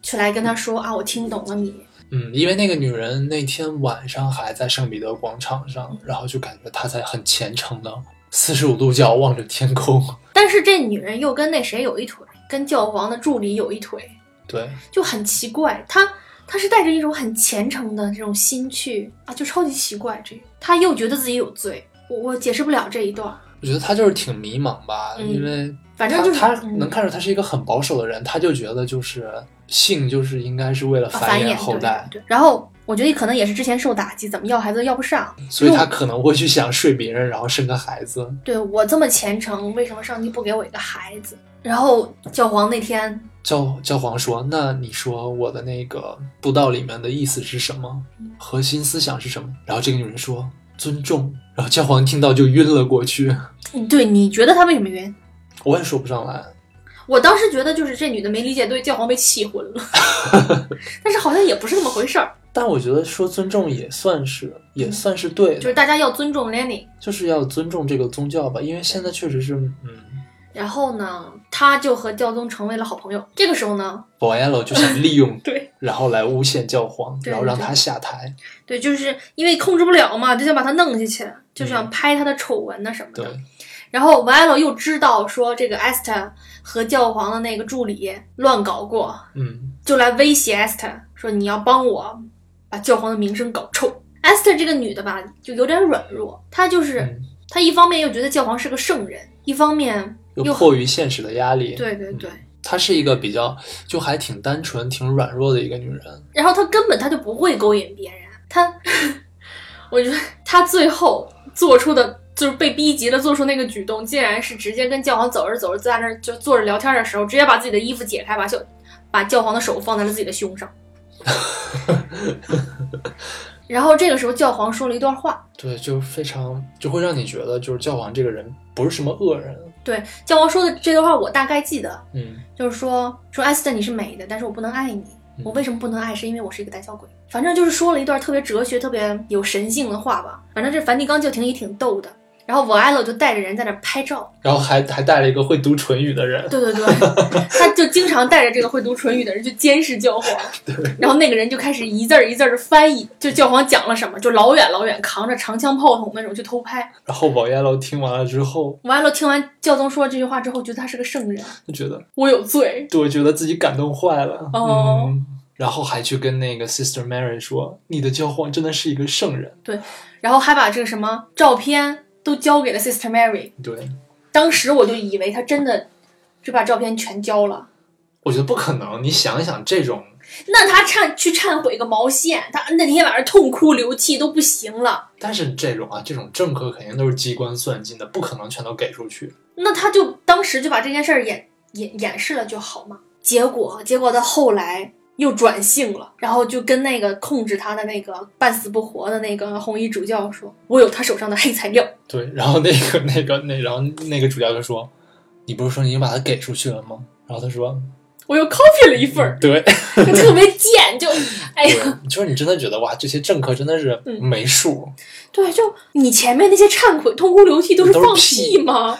B: 去来跟他说啊，我听懂了你，
C: 嗯，因为那个女人那天晚上还在圣彼得广场上，然后就感觉她在很虔诚的四十五度角望着天空。
B: 但是这女人又跟那谁有一腿，跟教皇的助理有一腿，
C: 对，
B: 就很奇怪。她她是带着一种很虔诚的这种心去啊，就超级奇怪。这个她又觉得自己有罪，我我解释不了这一段儿，
C: 我觉得他就是挺迷茫吧，
B: 嗯
C: 因为
B: 反
C: 他
B: 正就是
C: 他
B: 嗯
C: 能看出他是一个很保守的人，他就觉得就是性就是应该是为了
B: 啊繁
C: 衍
B: 衍
C: 后
B: 对
C: 代，
B: 对，然后我觉得可能也是之前受打击，怎么要孩子都要不上。
C: 所以他可能会去想睡别人，然后生个孩子。
B: 对我这么虔诚，为什么上帝不给我一个孩子？然后教皇那天
C: 教教皇说：“那你说我的那个布道里面的意思是什么？核心思想是什么？”然后这个女人说：“尊重。”然后教皇听到就晕了过去，
B: 嗯，对，你觉得他为什么冤？
C: 我也说不上来。
B: 我当时觉得就是这女的没理解对，教皇被气昏 了，但是好像也不是那么回事儿，
C: 但我觉得说尊重也算是也算是对
B: 就
C: 的
B: 是，大家要尊重 Lenny。
C: 就是要尊重这个宗教吧，因为现在确实是，嗯
B: 然后呢，他就和教宗成为了好朋友。这个时候呢，，
C: ，Boello 就想利用
B: 对
C: 然后来诬陷教皇，
B: 对
C: 然后让
B: 对
C: 他下台。
B: 对，就是因为控制不了嘛，就想把他弄下去，就想拍他的丑闻呐什么的。
C: 对，
B: 然后 v i l o 又知道说这个 Esther 和教皇的那个助理乱搞过，
C: 嗯，
B: 就来威胁 Esther 说你要帮我把教皇的名声搞臭。Esther 这个女的吧，就有点软弱，她就是、
C: 嗯
B: 她一方面又觉得教皇是个圣人，一方面
C: 又迫于现实的压力，
B: 对对对，
C: 她是一个比较就还挺单纯、挺软弱的一个女人。
B: 然后她根本她就不会勾引别人，她， 我觉得她最后做出的就是被逼急了做出那个举动，竟然是直接跟教皇走着走着在那儿就坐着聊天的时候，直接把自己的衣服解开，把教把教皇的手放在了自己的胸上。然后这个时候，教皇说了一段话，
C: 对，就是非常就会让你觉得，就是教皇这个人不是什么恶人。
B: 对教皇说的这段话，我大概记得，
C: 嗯，
B: 就是说说艾斯特你是美的，但是我不能爱你。
C: 嗯
B: 我为什么不能爱？是因为我是一个胆小鬼。反正就是说了一段特别哲学、特别有神性的话吧。反正这梵蒂冈教廷也挺逗的。然后我艾勒就带着人在那儿拍照，
C: 然后还还带了一个会读唇语的人。
B: 对对对， 他就经常带着这个会读唇语的人去监视教 皇，然后那个人就开始一字儿一字儿的翻译，就教皇讲了什么，就老远老远扛着长枪炮筒那种去偷拍。
C: 然后宝燕楼听完了之后，
B: 我艾勒听完教宗说这句话之后，觉得他是个圣人，
C: 就觉得
B: 我有罪，
C: 对，觉得自己感动坏了。
B: 哦
C: 嗯然后还去跟那个 Sister Mary 说，你的教皇真的是一个圣人。
B: 然后还把这个什么照片都交给了 Sister Mary。
C: 对，
B: 当时我就以为他真的就把照片全交了，
C: 我觉得不可能。你想一想，这种
B: 那他忏去忏悔个毛线？他那天晚上痛哭流涕都不行了，
C: 但是这种啊，这种政客肯定都是机关算尽的，不可能全都给出去。
B: 那他就当时就把这件事儿掩掩掩饰了就好嘛。结果结果他后来又转性了，然后就跟那个控制他的那个半死不活的那个红衣主教说：“我有他手上的黑材料。”
C: 对，然后那个那个那，然后那个主教就说：“你不是说你已经把它给出去了吗？”然后他说
B: 我又 copy 了一份：“儿，
C: 对，
B: 就特别贱，就，哎呀，
C: 对，就是你真的觉得哇，这些政客真的是
B: 嗯
C: 没数。
B: 对，就你前面那些忏悔、痛哭流涕都是
C: 都是
B: 放
C: 屁
B: 屁吗？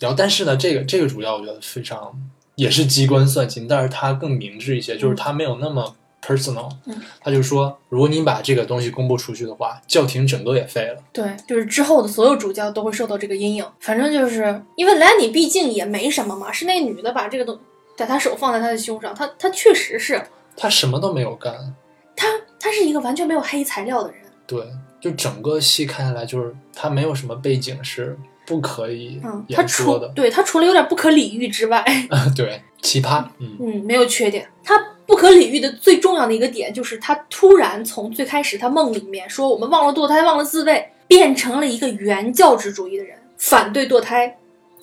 C: 然后，但是呢，这个这个主教我觉得非常也是机关算尽，但是他更明智一些，就是他没有那么 personal，、
B: 嗯
C: 他就说，如果你把这个东西公布出去的话，教廷整个也废了。
B: 对，就是之后的所有主教都会受到这个阴影。反正就是因为兰妮毕竟也没什么嘛，是那女的把这个东，把她手放在她的胸上，她她确实是，
C: 他什么都没有干，
B: 她她是一个完全没有黑材料的人。
C: 对，就整个戏看下来，就是他没有什么背景是不可以
B: 嗯，她
C: 言
B: 除
C: 说的，
B: 对她除了有点不可理喻之外，
C: 对，奇葩，嗯，
B: 嗯，没有缺点。她不可理喻的最重要的一个点就是，她突然从最开始她梦里面说我们忘了堕胎，忘了自卫，变成了一个原教旨主义的人，反对堕胎，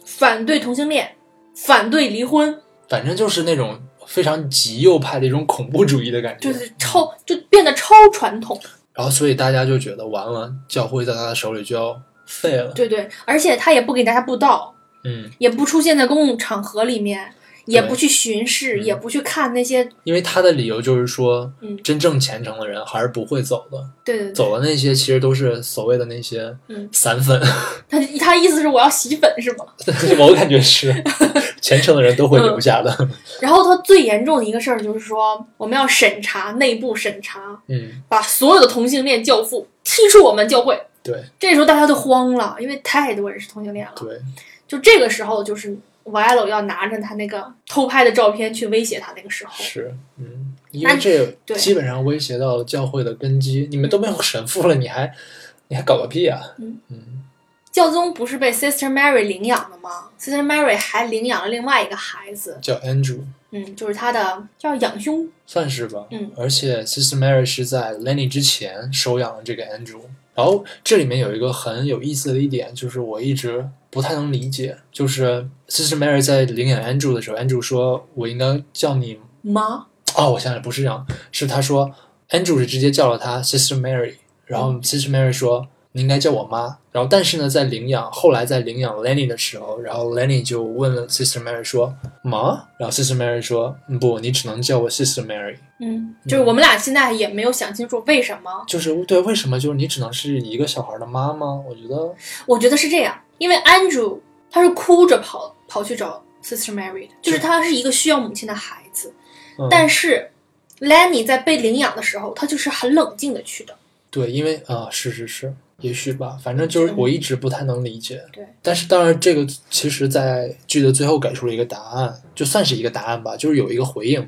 B: 反对同性恋，反对离婚，
C: 反正就是那种非常极右派的一种恐怖主义的感觉，
B: 就是超就变得超传统，
C: 然后所以大家就觉得完了，教会在他的手里就要废了，
B: 对对，而且他也不给大家布道，
C: 嗯。
B: 也不出现在公共场合里面，也不去巡视，
C: 嗯
B: 也不去看那些，
C: 因为他的理由就是说，
B: 嗯
C: 真正虔诚的人还是不会走的，
B: 对对对，
C: 走的那些其实都是所谓的那些
B: 嗯
C: 散粉，
B: 他他意思是我要洗粉是吗？
C: 我感觉是虔诚的人都会留下的。
B: 然后他最严重的一个事儿就是说，我们要审查内部审查，
C: 嗯，
B: 把所有的同性恋教父踢出我们教会，
C: 对
B: 这时候大家都慌了，因为太多人是同性恋了。
C: 对，
B: 就这个时候，就是王爱楼要拿着他那个偷拍的照片去威胁他。那个时候，
C: 是，嗯，因
B: 那
C: 为这
B: 对
C: 基本上威胁到了教会的根基。你们都没有神父了，你还你还搞个屁啊？
B: 嗯
C: 嗯，
B: 教宗不是被 Sister Mary 领养的吗？Sister Mary 还领养了另外一个孩子，
C: 叫 Andrew，
B: 嗯，就是他的叫养兄，
C: 算是吧。
B: 嗯，
C: 而且 Sister Mary 是在 Lenny 之前收养了这个 Andrew。然后这里面有一个很有意思的一点，就是我一直不太能理解，就是 Sister Mary 在领养 Andrew 的时候，Andrew 说：“我应该叫你
B: 妈，
C: 哦，我想想，不是这样，是他说 Andrew 是直接叫了他 Sister Mary，然后 Sister Mary 说你应该叫我妈。然后但是呢，在领养后来在领养 Lenny 的时候，然后 Lenny 就问了 Sister Mary 说妈，然后 Sister Mary 说嗯不，你只能叫我 Sister Mary。
B: 嗯，就是我们俩现在也没有想清楚为什么。
C: 就是对，为什么就是你只能是一个小孩的妈妈？我觉得
B: 我觉得是这样，因为 Andrew 他是哭着跑跑去找 Sister Mary 的，就是他是一个需要母亲的孩子，
C: 嗯
B: 但是 Lenny 在被领养的时候，他就是很冷静的去的。
C: 对，因为啊、是是是，也许吧，反正就是我一直不太能理解。
B: 嗯对
C: 但是当然，这个其实在剧的最后给出了一个答案，就算是一个答案吧，就是有一个回应。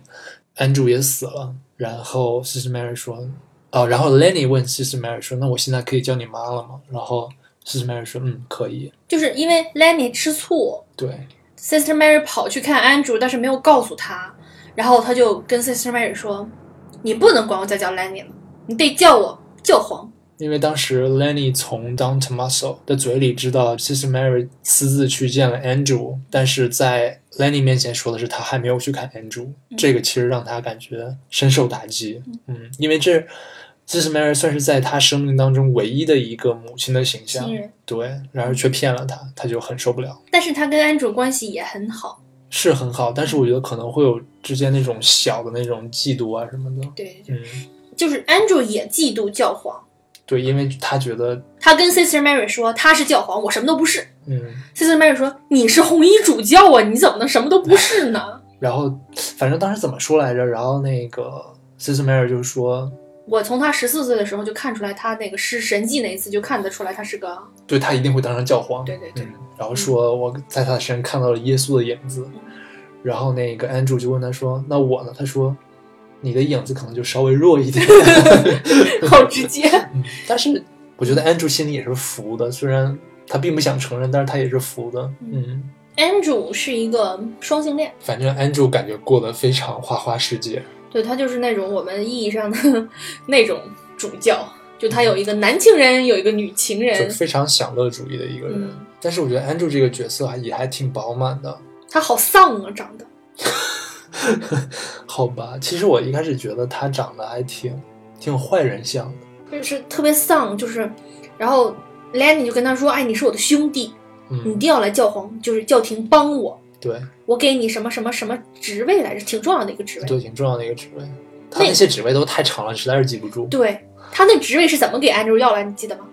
C: 安主也死了，然后 Sister Mary 说，哦、然后 Lenny 问 Sister Mary 说，那我现在可以叫你妈了吗？然后 Sister Mary 说，嗯，可以。
B: 就是因为 Lenny 吃醋
C: 对
B: ，Sister Mary 跑去看 Andrew，但是没有告诉他，然后他就跟 Sister Mary 说：“你不能管我再叫 Lenny 了，你得叫我教皇。
C: 因为当时 Lenny 从 Don Tomaso 的嘴里知道 Sister Mary 私自去见了 Andrew，但是在 Lenny 面前说的是他还没有去看 Andrew，、这个其实让他感觉深受打击。嗯，因为这 Sister Mary 算是在他生命当中唯一的一个母亲的形”象
B: 亲，人，
C: 对，然而却骗了他，他就很受不了。
B: 但是他跟 Andrew 关系也很好。
C: 是很好，但是我觉得可能会有之间那种小的那种嫉妒啊什么的。
B: 对，
C: 嗯，
B: 就是 Andrew 也嫉妒教皇。
C: 对，因为他觉得，
B: 他跟 Sister Mary 说他是教皇，我什么都不是。
C: 嗯，
B: Sister Mary 说你是红衣主教啊，你怎么能什么都不是呢？
C: 然后反正当时怎么说来着？然后那个 Sister Mary 就说，
B: 我从他十四岁的时候就看出来，他那个是神迹那一次就看得出来他是个
C: 对他一定会当上教皇。
B: 对对对
C: 嗯，然后说我在他身上看到了耶稣的影子。然后那个 Andrew 就问他说：“那我呢？”他说：“你的影子可能就稍微弱一点。
B: 好直接。
C: 嗯”但是我觉得 Andrew 心里也是服的，虽然他并不想承认，但是他也是服的。嗯，
B: Andrew 是一个双性恋，
C: 反正 Andrew 感觉过得非常花花世界。
B: 对他就是那种我们意义上的 那种主教，就他有一个男情人，有一个女情
C: 就
B: 人，
C: 非常享乐主义的一个人，
B: 嗯
C: 但是我觉得 Andrew 这个角色还也还挺饱满的，
B: 他好丧啊，长得。
C: 好吧，其实我一开始觉得他长得还挺挺有坏人像的，
B: 就是特别丧，就是，然后 Lenny 就跟他说：“哎，你是我的兄弟，你一
C: 嗯，
B: 定要来教皇，就是教廷帮我，
C: 对，
B: 我给你什么什么什么职位来着，挺重要的一个职位。
C: 对，挺重要的一个职位。他
B: 那
C: 那些职位都太长了，实在是记不住。
B: 对，他那职位是怎么给 Andrew 要来？你记得吗？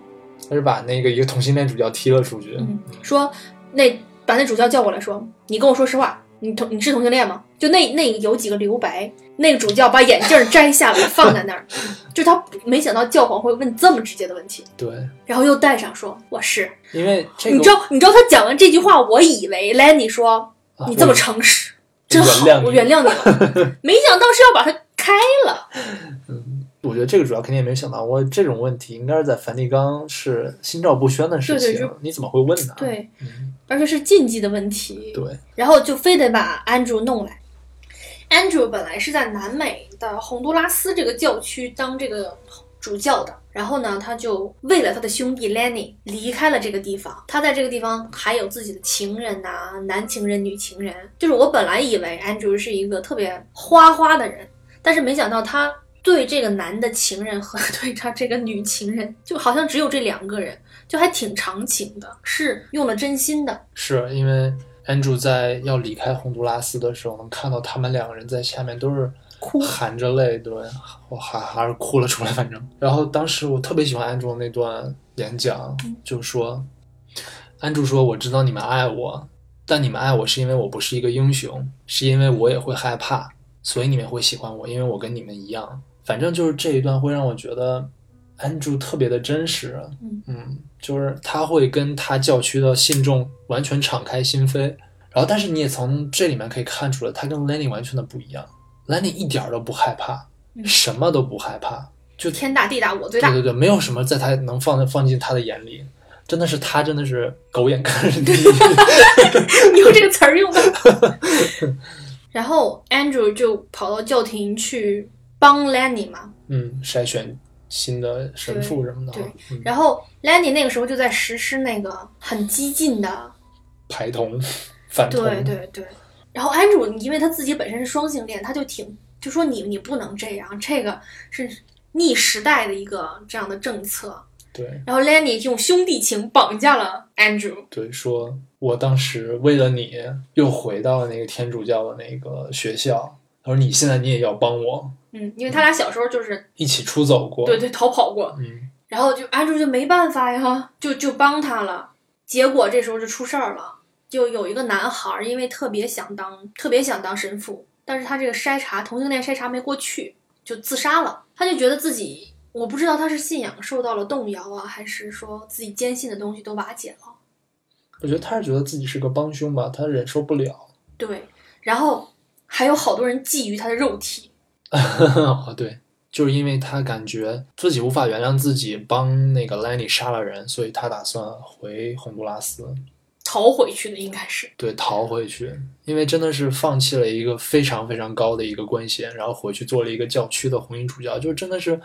C: 他是把那个一个同性恋主教踢了出去。
B: 嗯，说那把那主教叫过来说，你跟我说实话，你同你是同性恋吗？就那那有几个留白，那个主教把眼镜摘下来放在那儿， 就他没想到教皇会问这么直接的问题，
C: 对，
B: 然后又戴上说我是。
C: 因为这个
B: 你知道，你知道他讲完这句话，我以为 Lenny 说
C: 啊
B: 你这么
C: 我
B: 诚实，真好
C: 原谅，你
B: 我原谅你 了。没想到是要把它开了，
C: 我觉得这个主要肯定也没想到，我这种问题应该是在梵蒂冈是心照不宣的事
B: 对
C: 情，
B: 对就
C: 你怎么会问呢？
B: 对，
C: 嗯，
B: 而且是禁忌的问题。
C: 对，
B: 然后就非得把 Andrew 弄来。Andrew 本来是在南美的洪都拉斯这个教区当这个主教的，然后呢，他就为了他的兄弟 Lenny 离开了这个地方。他在这个地方还有自己的情人呐、男情人、女情人。就是我本来以为 Andrew 是一个特别花花的人，但是没想到他对这个男的情人和对他这个女情人，就好像只有这两个人，就还挺长情的，是用了真心的。
C: 是因为 Andrew 在要离开洪都拉斯的时候，能看到他们两个人在下面都是
B: 哭
C: 含着泪，对我还还是哭了出来，反正。然后当时我特别喜欢 Andrew 那段演讲，就说 Andrew 说：“我知道你们爱我，但你们爱我是因为我不是一个英雄，是因为我也会害怕，所以你们会喜欢我，因为我跟你们一样。”反正就是这一段会让我觉得安住特别的真实，
B: 嗯
C: 就是他会跟他教区的信众完全敞开心扉，然后但是你也从这里面可以看出来，他跟 Lenny 完全的不一样，Lenny 一点儿都不害怕，
B: 嗯
C: 什么都不害怕，就
B: 天大地大我最
C: 对
B: 大
C: 对，对，没有什么在他能放放进他的眼里，真的是他真的是狗眼看人低，
B: 你用这个词儿用的。然后 Andrew 就跑到教廷去帮 Lenny 嘛，
C: 嗯，筛选新的神父什么的啊，嗯
B: 然后 Lenny 那个时候就在实施那个很激进的，
C: 排同反同，
B: 对对对。然后 Andrew 因为他自己本身是双性恋，他就挺就说你你不能这样，这个是逆时代的一个这样的政策。
C: 对
B: 然后 Lenny 用兄弟情绑架了 Andrew，
C: 对，说我当时为了你又回到那个天主教的那个学校，他说你现在你也要帮我，
B: 嗯，因为他俩小时候就是
C: 一起出走过，
B: 对对逃跑过，
C: 嗯，
B: 然后就 Andrew 就没办法呀，就就帮他了。结果这时候就出事儿了，就有一个男孩儿因为特别想当特别想当神父，但是他这个筛查同性恋筛查没过去，就自杀了。他就觉得自己，我不知道他是信仰受到了动摇啊，还是说自己坚信的东西都瓦解了。
C: 我觉得他是觉得自己是个帮凶吧，他忍受不了，
B: 对，然后还有好多人觊觎他的肉体。
C: 哦对。就是因为他感觉自己无法原谅自己帮那个 Lenny 杀了人，所以他打算回洪都拉斯，
B: 逃回去的应该是，
C: 对，逃回去，因为真的是放弃了一个非常非常高的一个官衔，然后回去做了一个教区的红衣主教，就是真的是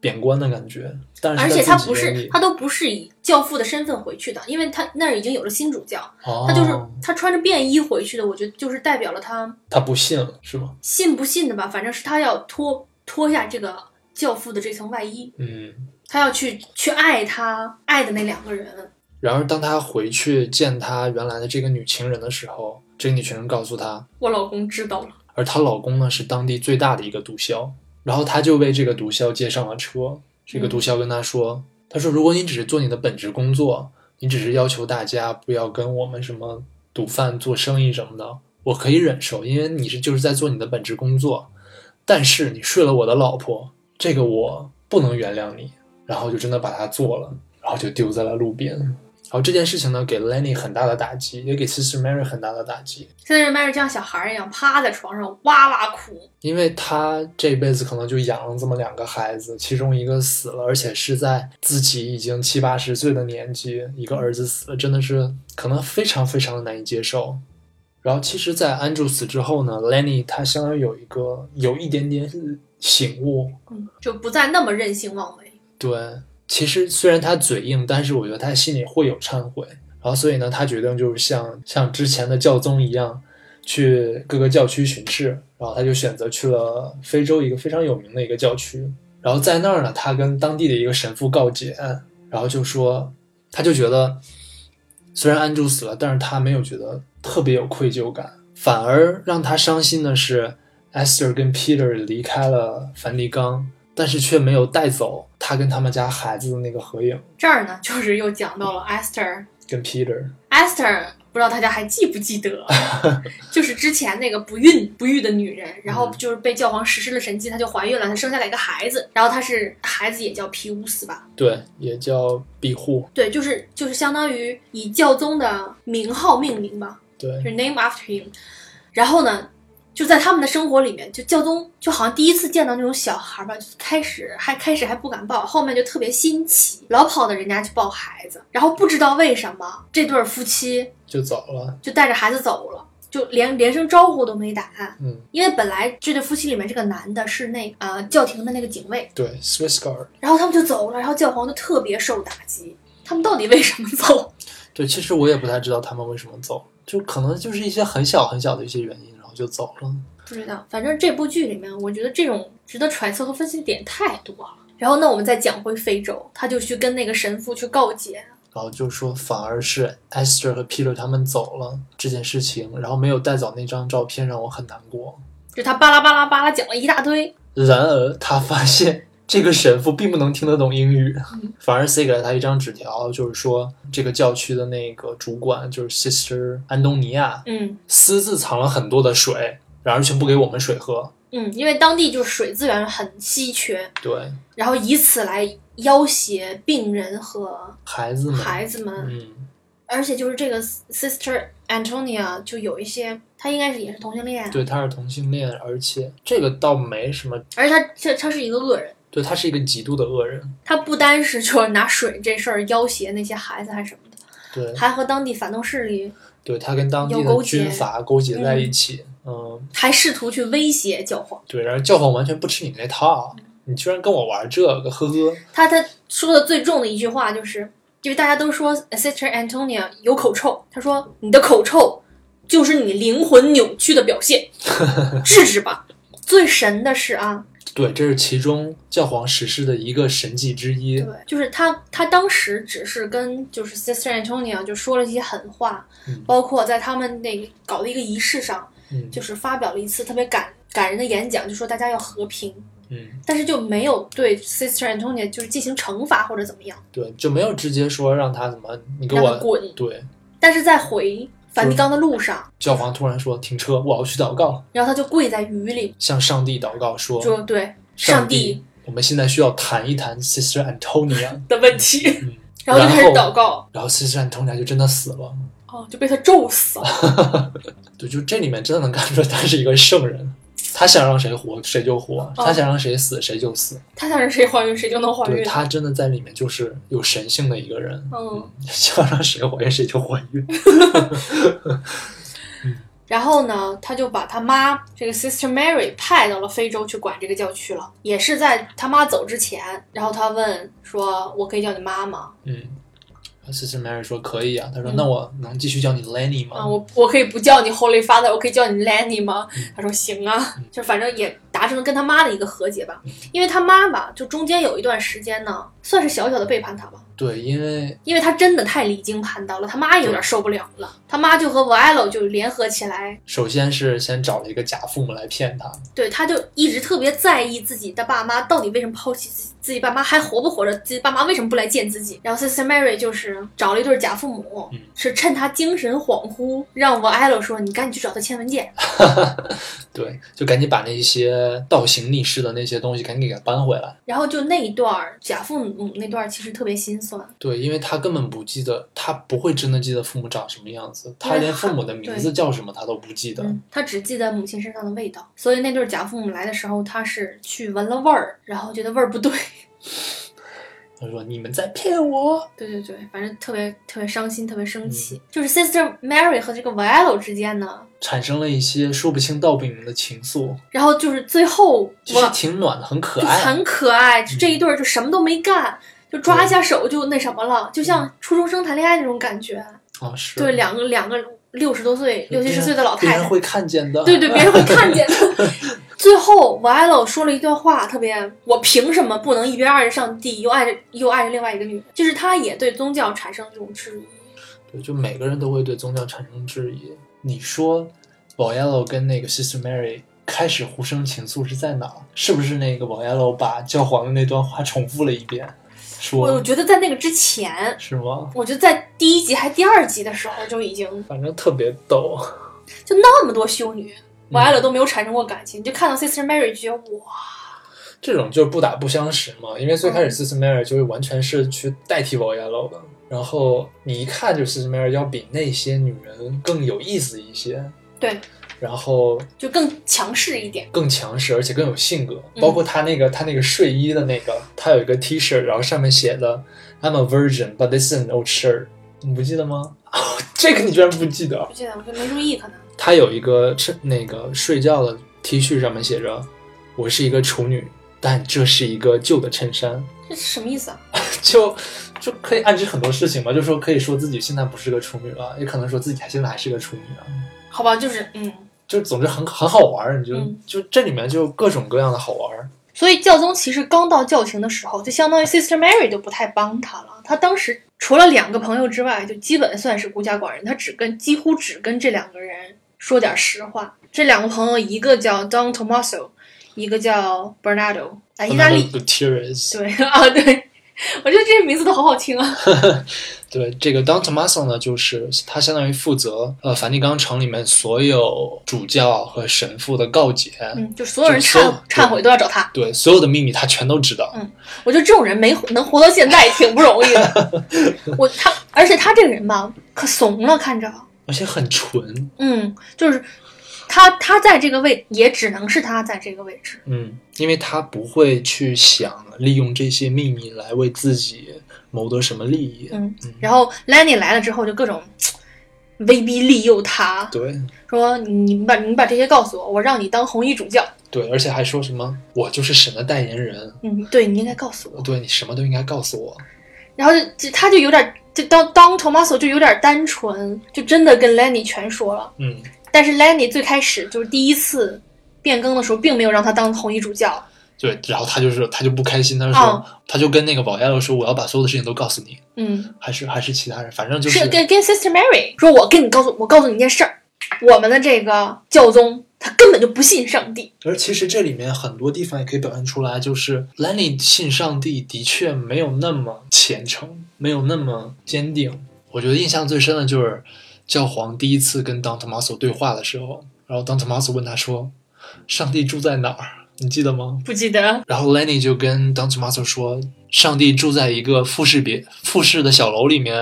C: 贬官的感觉。但是
B: 而且他
C: 在自己
B: 不
C: 眼
B: 是，
C: 里
B: 他都不是以教父的身份回去的，因为他那儿已经有了新主教，
C: 哦、
B: 他就是他穿着便衣回去的，我觉得就是代表了他
C: 他不信了，是吗？
B: 信不信的吧，反正是他要脱脱下这个教父的这层外衣，
C: 嗯。
B: 他要去去爱他爱的那两个人。
C: 然而当他回去见他原来的这个女情人的时候，这个女情人告诉他，
B: 我老公知道了，
C: 而她老公呢是当地最大的一个毒枭，然后他就为这个毒枭接上了车。这个毒枭跟他说：“他说如果你只是做你的本职工作，你只是要求大家不要跟我们什么赌贩做生意什么的，我可以忍受，因为你是就是在做你的本职工作。但是你睡了我的老婆，这个我不能原谅你。”然后就真的把他做了，然后就丢在了路边。然后这件事情呢，给 Lenny 很大的打击，也给 Sister Mary 很大的打击。
B: 现在人迈着像小孩儿一样趴在床上哇哇哭，
C: 因为他这辈子可能就养了这么两个孩子，其中一个死了，而且是在自己已经七八十岁的年纪，一个儿子死了，真的是可能非常非常的难以接受。然后，其实，在安住死之后呢，Lenny 他相当于有一个有一点点醒悟，
B: 嗯，就不再那么任性妄为。
C: 对，其实虽然他嘴硬，但是我觉得他心里会有忏悔。然后所以呢，他决定就是像像之前的教宗一样，去各个教区巡视。然后他就选择去了非洲一个非常有名的一个教区。然后在那儿呢，他跟当地的一个神父告解，然后就说，他就觉得，虽然安住死了，但是他没有觉得特别有愧疚感，反而让他伤心的是，Esther 跟 Peter 离开了梵蒂冈，但是却没有带走他跟他们家孩子的那个合影，
B: 这儿呢，就是又讲到了 Esther，Esther
C: 跟 Peter。
B: 不知道大家还记不记得，就是之前那个不孕不育的女人，然后就是被教皇实施了神迹，她就怀孕了，她生下来一个孩子，然后她是孩子也叫皮乌斯吧，
C: 对，也叫庇护。
B: 对，就是就是相当于以教宗的名号命名吧，
C: 对
B: 就是 name after him。然后呢，就在他们的生活里面，就教宗就好像第一次见到那种小孩吧，就开始还开始还不敢抱，后面就特别新奇，老跑到人家去抱孩子，然后不知道为什么这对儿夫妻
C: 就走了。
B: 就带着孩子走了，就连连声招呼都没打。
C: 嗯，
B: 因为本来这对夫妻里面这个男的是那呃教廷的那个警卫，
C: 对，Swiss Guard。
B: 然后他们就走了，然后教皇就特别受打击。他们到底为什么走？
C: 对，其实我也不太知道他们为什么走，就可能就是一些很小很小的一些原因，然后就走了。
B: 不知道，反正这部剧里面，我觉得这种值得揣测和分析的点太多了。然后呢，我们再讲回非洲，他就去跟那个神父去告解，
C: 然后就说反而是 Esther 和 Peter 他们走了这件事情，然后没有带走那张照片，让我很难过。
B: 就他巴拉巴拉巴拉讲了一大堆，
C: 然而他发现这个神父并不能听得懂英语，
B: 嗯
C: 反而塞给了他一张纸条，就是说这个教区的那个主管就是 Sister 安东尼亚
B: 嗯
C: 私自藏了很多的水，然而却不给我们水喝。
B: 嗯，因为当地就是水资源很稀缺，
C: 对，
B: 然后以此来要挟病人和
C: 孩子们，
B: 孩子们，
C: 嗯，
B: 而且就是这个 Sister Antonia 就有一些，她应该是也是同性恋，啊
C: 对，他是同性恋，而且这个倒没什么，
B: 而且她这她是一个恶人，
C: 对他是一个极度的恶人，
B: 她不单是就是拿水这事儿要挟那些孩子还是什么的，
C: 对，
B: 还和当地反动势力
C: 对他跟当地
B: 有
C: 的
B: 勾结
C: 军阀勾结在一起，嗯，
B: 还试图去威胁教皇。
C: 对，然后教皇完全不吃你那套，
B: 嗯
C: 你居然跟我玩这个，呵呵，
B: 他他说的最重的一句话就是，因为大家都说 Sister Antonia 有口臭，他说你的口臭就是你灵魂扭曲的表现，治治吧。最神的是啊，
C: 对，这是其中教皇实施的一个神迹之一
B: 对，，就是他他当时只是跟就是 Sister Antonia 就说了一些狠话，
C: 嗯
B: 包括在他们那个搞的一个仪式上，
C: 嗯
B: 哦就是发表了一次特别感感人的演讲，就说大家要和平。
C: 嗯，
B: 但是就没有对 Sister Antonia 就是进行惩罚或者怎么样，
C: 对，就没有直接说让他怎么，你给
B: 让他
C: 我，
B: 滚。
C: 对，
B: 但是在回梵蒂冈的路上，
C: 教皇突然说停车，我要去祷告，
B: 然后他就跪在雨里，
C: 向上帝祷告说，
B: 说对
C: 上
B: 上
C: 帝
B: 帝，
C: 我们现在需要谈一谈 Sister Antonia，
B: 的问题，
C: 嗯，
B: 然后就开始
C: 然后
B: 祷告，
C: 然后 Sister Antonia 就真的死了，
B: 哦，就被他咒死了。
C: 对，就这里面真的能看出来他是一个圣人，他想让谁活谁就
B: 哦
C: 活，他想让谁死谁就死，
B: 他想让谁怀孕，谁就能怀
C: 对
B: 孕。
C: 他真的在里面就是有神性的一个人，
B: 嗯，
C: 想让谁怀孕谁就怀孕，
B: 然后呢，他就把他妈这个 Sister Mary 派到了非洲去管这个教区了。也是在他妈走之前，然后他问说：“我可以叫你妈吗？
C: 嗯。Sister Mary 说可以啊，他说、
B: 嗯
C: 那我能继续叫你 Lenny 吗？
B: 啊，我我可以不叫你 Holy Father，我可以叫你 Lenny 吗？”他说：“行啊。”就反正也达成了跟他妈的一个和解吧，因为他妈吧，就中间有一段时间呢，算是小小的背叛他吧。
C: 对，因为
B: 因为他真的太离经叛道了，他妈有点受不了了，他妈就和 v i l o 就联合起来，
C: 首先是先找了一个假父母来骗他，
B: 对，他就一直特别在意自己的爸妈到底为什么抛弃自己，自己爸妈还活不活着，自己爸妈为什么不来见自己。然后 Sister Mary 就是找了一对假父母，
C: 嗯
B: 是趁他精神恍惚，让 v i l o 说你赶紧去找他签文件，
C: 对，就赶紧把那些倒行逆施的那些东西赶紧给他搬回来。
B: 然后就那一段儿假父母那段儿其实特别心酸，
C: 对，因为他根本不记得，他不会真的记得父母长什么样子，他
B: 因为
C: 连父
B: 他
C: 母的名
B: 对
C: 字叫什么他都不记得。
B: 嗯，他只记得母亲身上的味道，所以那对假父母来的时候，他是去闻了味儿，然后觉得味儿不对。
C: 他说：“你们在骗我。
B: 对对对，反正特别特别伤心，特别生
C: 嗯
B: 气。就是 Sister Mary 和这个 Violet 之间呢，”
C: 产生了一些说不清道不明的情愫，
B: 然后就是最后
C: 其实
B: 我
C: 挺暖的，很可
B: 就
C: 爱。
B: 很可爱，就这一对儿就什么都没干，就抓一下手就那什么了，就像初中生谈恋爱那种感觉。
C: 啊，是
B: 对，两个两个六十多岁、六七十岁的老
C: 别
B: 太
C: 人
B: 太，
C: 会看见的。
B: 对对，别人会看见的。 最后 v i l o 说了一段话，特别，我凭什么不能一边爱着上帝，又爱着又爱着另外一个女人？就是他也对宗教产生这种质疑。
C: 对，就每个人都会对宗教产生质疑。你说 v o y e l o 跟那个 Sister Mary 开始互生情愫是在哪儿？是不是那个 v o y e l o 把教皇的那段话重复了一遍？
B: 我
C: 说
B: 觉得在那个之前，
C: 是吗？
B: 我觉得在第一集还第二集的时候就已经
C: 反正特别逗。
B: 就那么多修女，我爱
C: 嗯
B: 了都没有产生过感情，就看到 Sister Mary 就觉得哇，
C: 这种就是不打不相识嘛，因为最
B: 嗯
C: 开始 Sister Mary 就是完全是去代替 v o y e l o 的，然后你一看就是 Sister Mary 要比那些女人更有意思一些，
B: 对，
C: 然后
B: 就更强势一点。
C: 更强势，而且更有性格。
B: 嗯
C: 包括她那个她那个睡衣的那个，她有一个 T 恤，然后上面写的 I'm a virgin, but this is an old shirt。你不记得吗？ 这个你居然不记得？
B: 不记得，我就没注意，可能
C: 她有一个衬那个睡觉的 T 恤，上面写着我是一个处女，但这是一个旧的衬衫。
B: 这是什么意思啊？
C: 就就可以暗指很多事情嘛，就说可以说自己现在不是个处女了，也可能说自己还现在还是个处女啊，
B: 好吧，就是嗯，
C: 就总之很很好玩儿，你就、
B: 嗯
C: 就这里面就各种各样的好玩儿，
B: 所以教宗其实刚到教廷的时候，就相当于 Sister Mary 就不太帮他了。他当时除了两个朋友之外，就基本算是孤家寡人，他只跟几乎只跟这两个人说点实话。这两个朋友，一个叫 Don 哎 Tommaso，一个叫 Bernardo，啊，意大利
C: t e a r s
B: 对啊，对，我觉得这些名字都好好听啊。
C: 对，这个 Don Tomaso 呢，就是他相当于负责呃梵蒂冈城里面所有主教和神父的告解，
B: 嗯，就所有人
C: 就所有
B: 忏忏悔都要找他。
C: 对所有的秘密他全都知道。
B: 我觉得这种人没能活到现在也挺不容易的。 我他，而且他这个人吧，可怂了，看着，
C: 而且很纯，
B: 嗯，就是他他在这个位，也只能是他在这个位置。
C: 嗯，因为他不会去想利用这些秘密来为自己谋得什么利益。
B: 嗯，然后 Lenny 来了之后，就各种威逼利诱他，
C: 对
B: 说你把你把这些告诉我，我让你当红衣主教。
C: 对，而且还说什么我就是神的代言人，
B: 嗯，对你应该告诉我。
C: 对你什么都应该告诉我。
B: 然后就就他就有点，就当当 Tomaso 就有点单纯，就真的跟 Lenny 全说了。
C: 嗯，
B: 但是 Lenny 最开始就是第一次变更的时候，并没有让他当红衣主教。
C: 对，然后他就是他就不开心，他就说、
B: 哦
C: 他就跟那个保亚罗说我要把所有的事情都告诉你，
B: 嗯，
C: 还是还是其他人，反正就是
B: 跟跟 Sister Mary 说，我跟你告诉我告诉你一件事儿，我们的这个教宗他根本就不信上帝。
C: 而其实这里面很多地方也可以表现出来，就是 Lenny 信上帝的确没有那么虔诚，没有那么坚定。我觉得印象最深的就是教皇第一次跟 Don Tomaso 对话的时候，然后 Don Tomaso 问他说：“上帝住在哪儿？”你记得吗？
B: 不记得，
C: 然后 Lenny 就跟 Don Tomaso 说：“上帝住在一个复式别复式的小楼里面，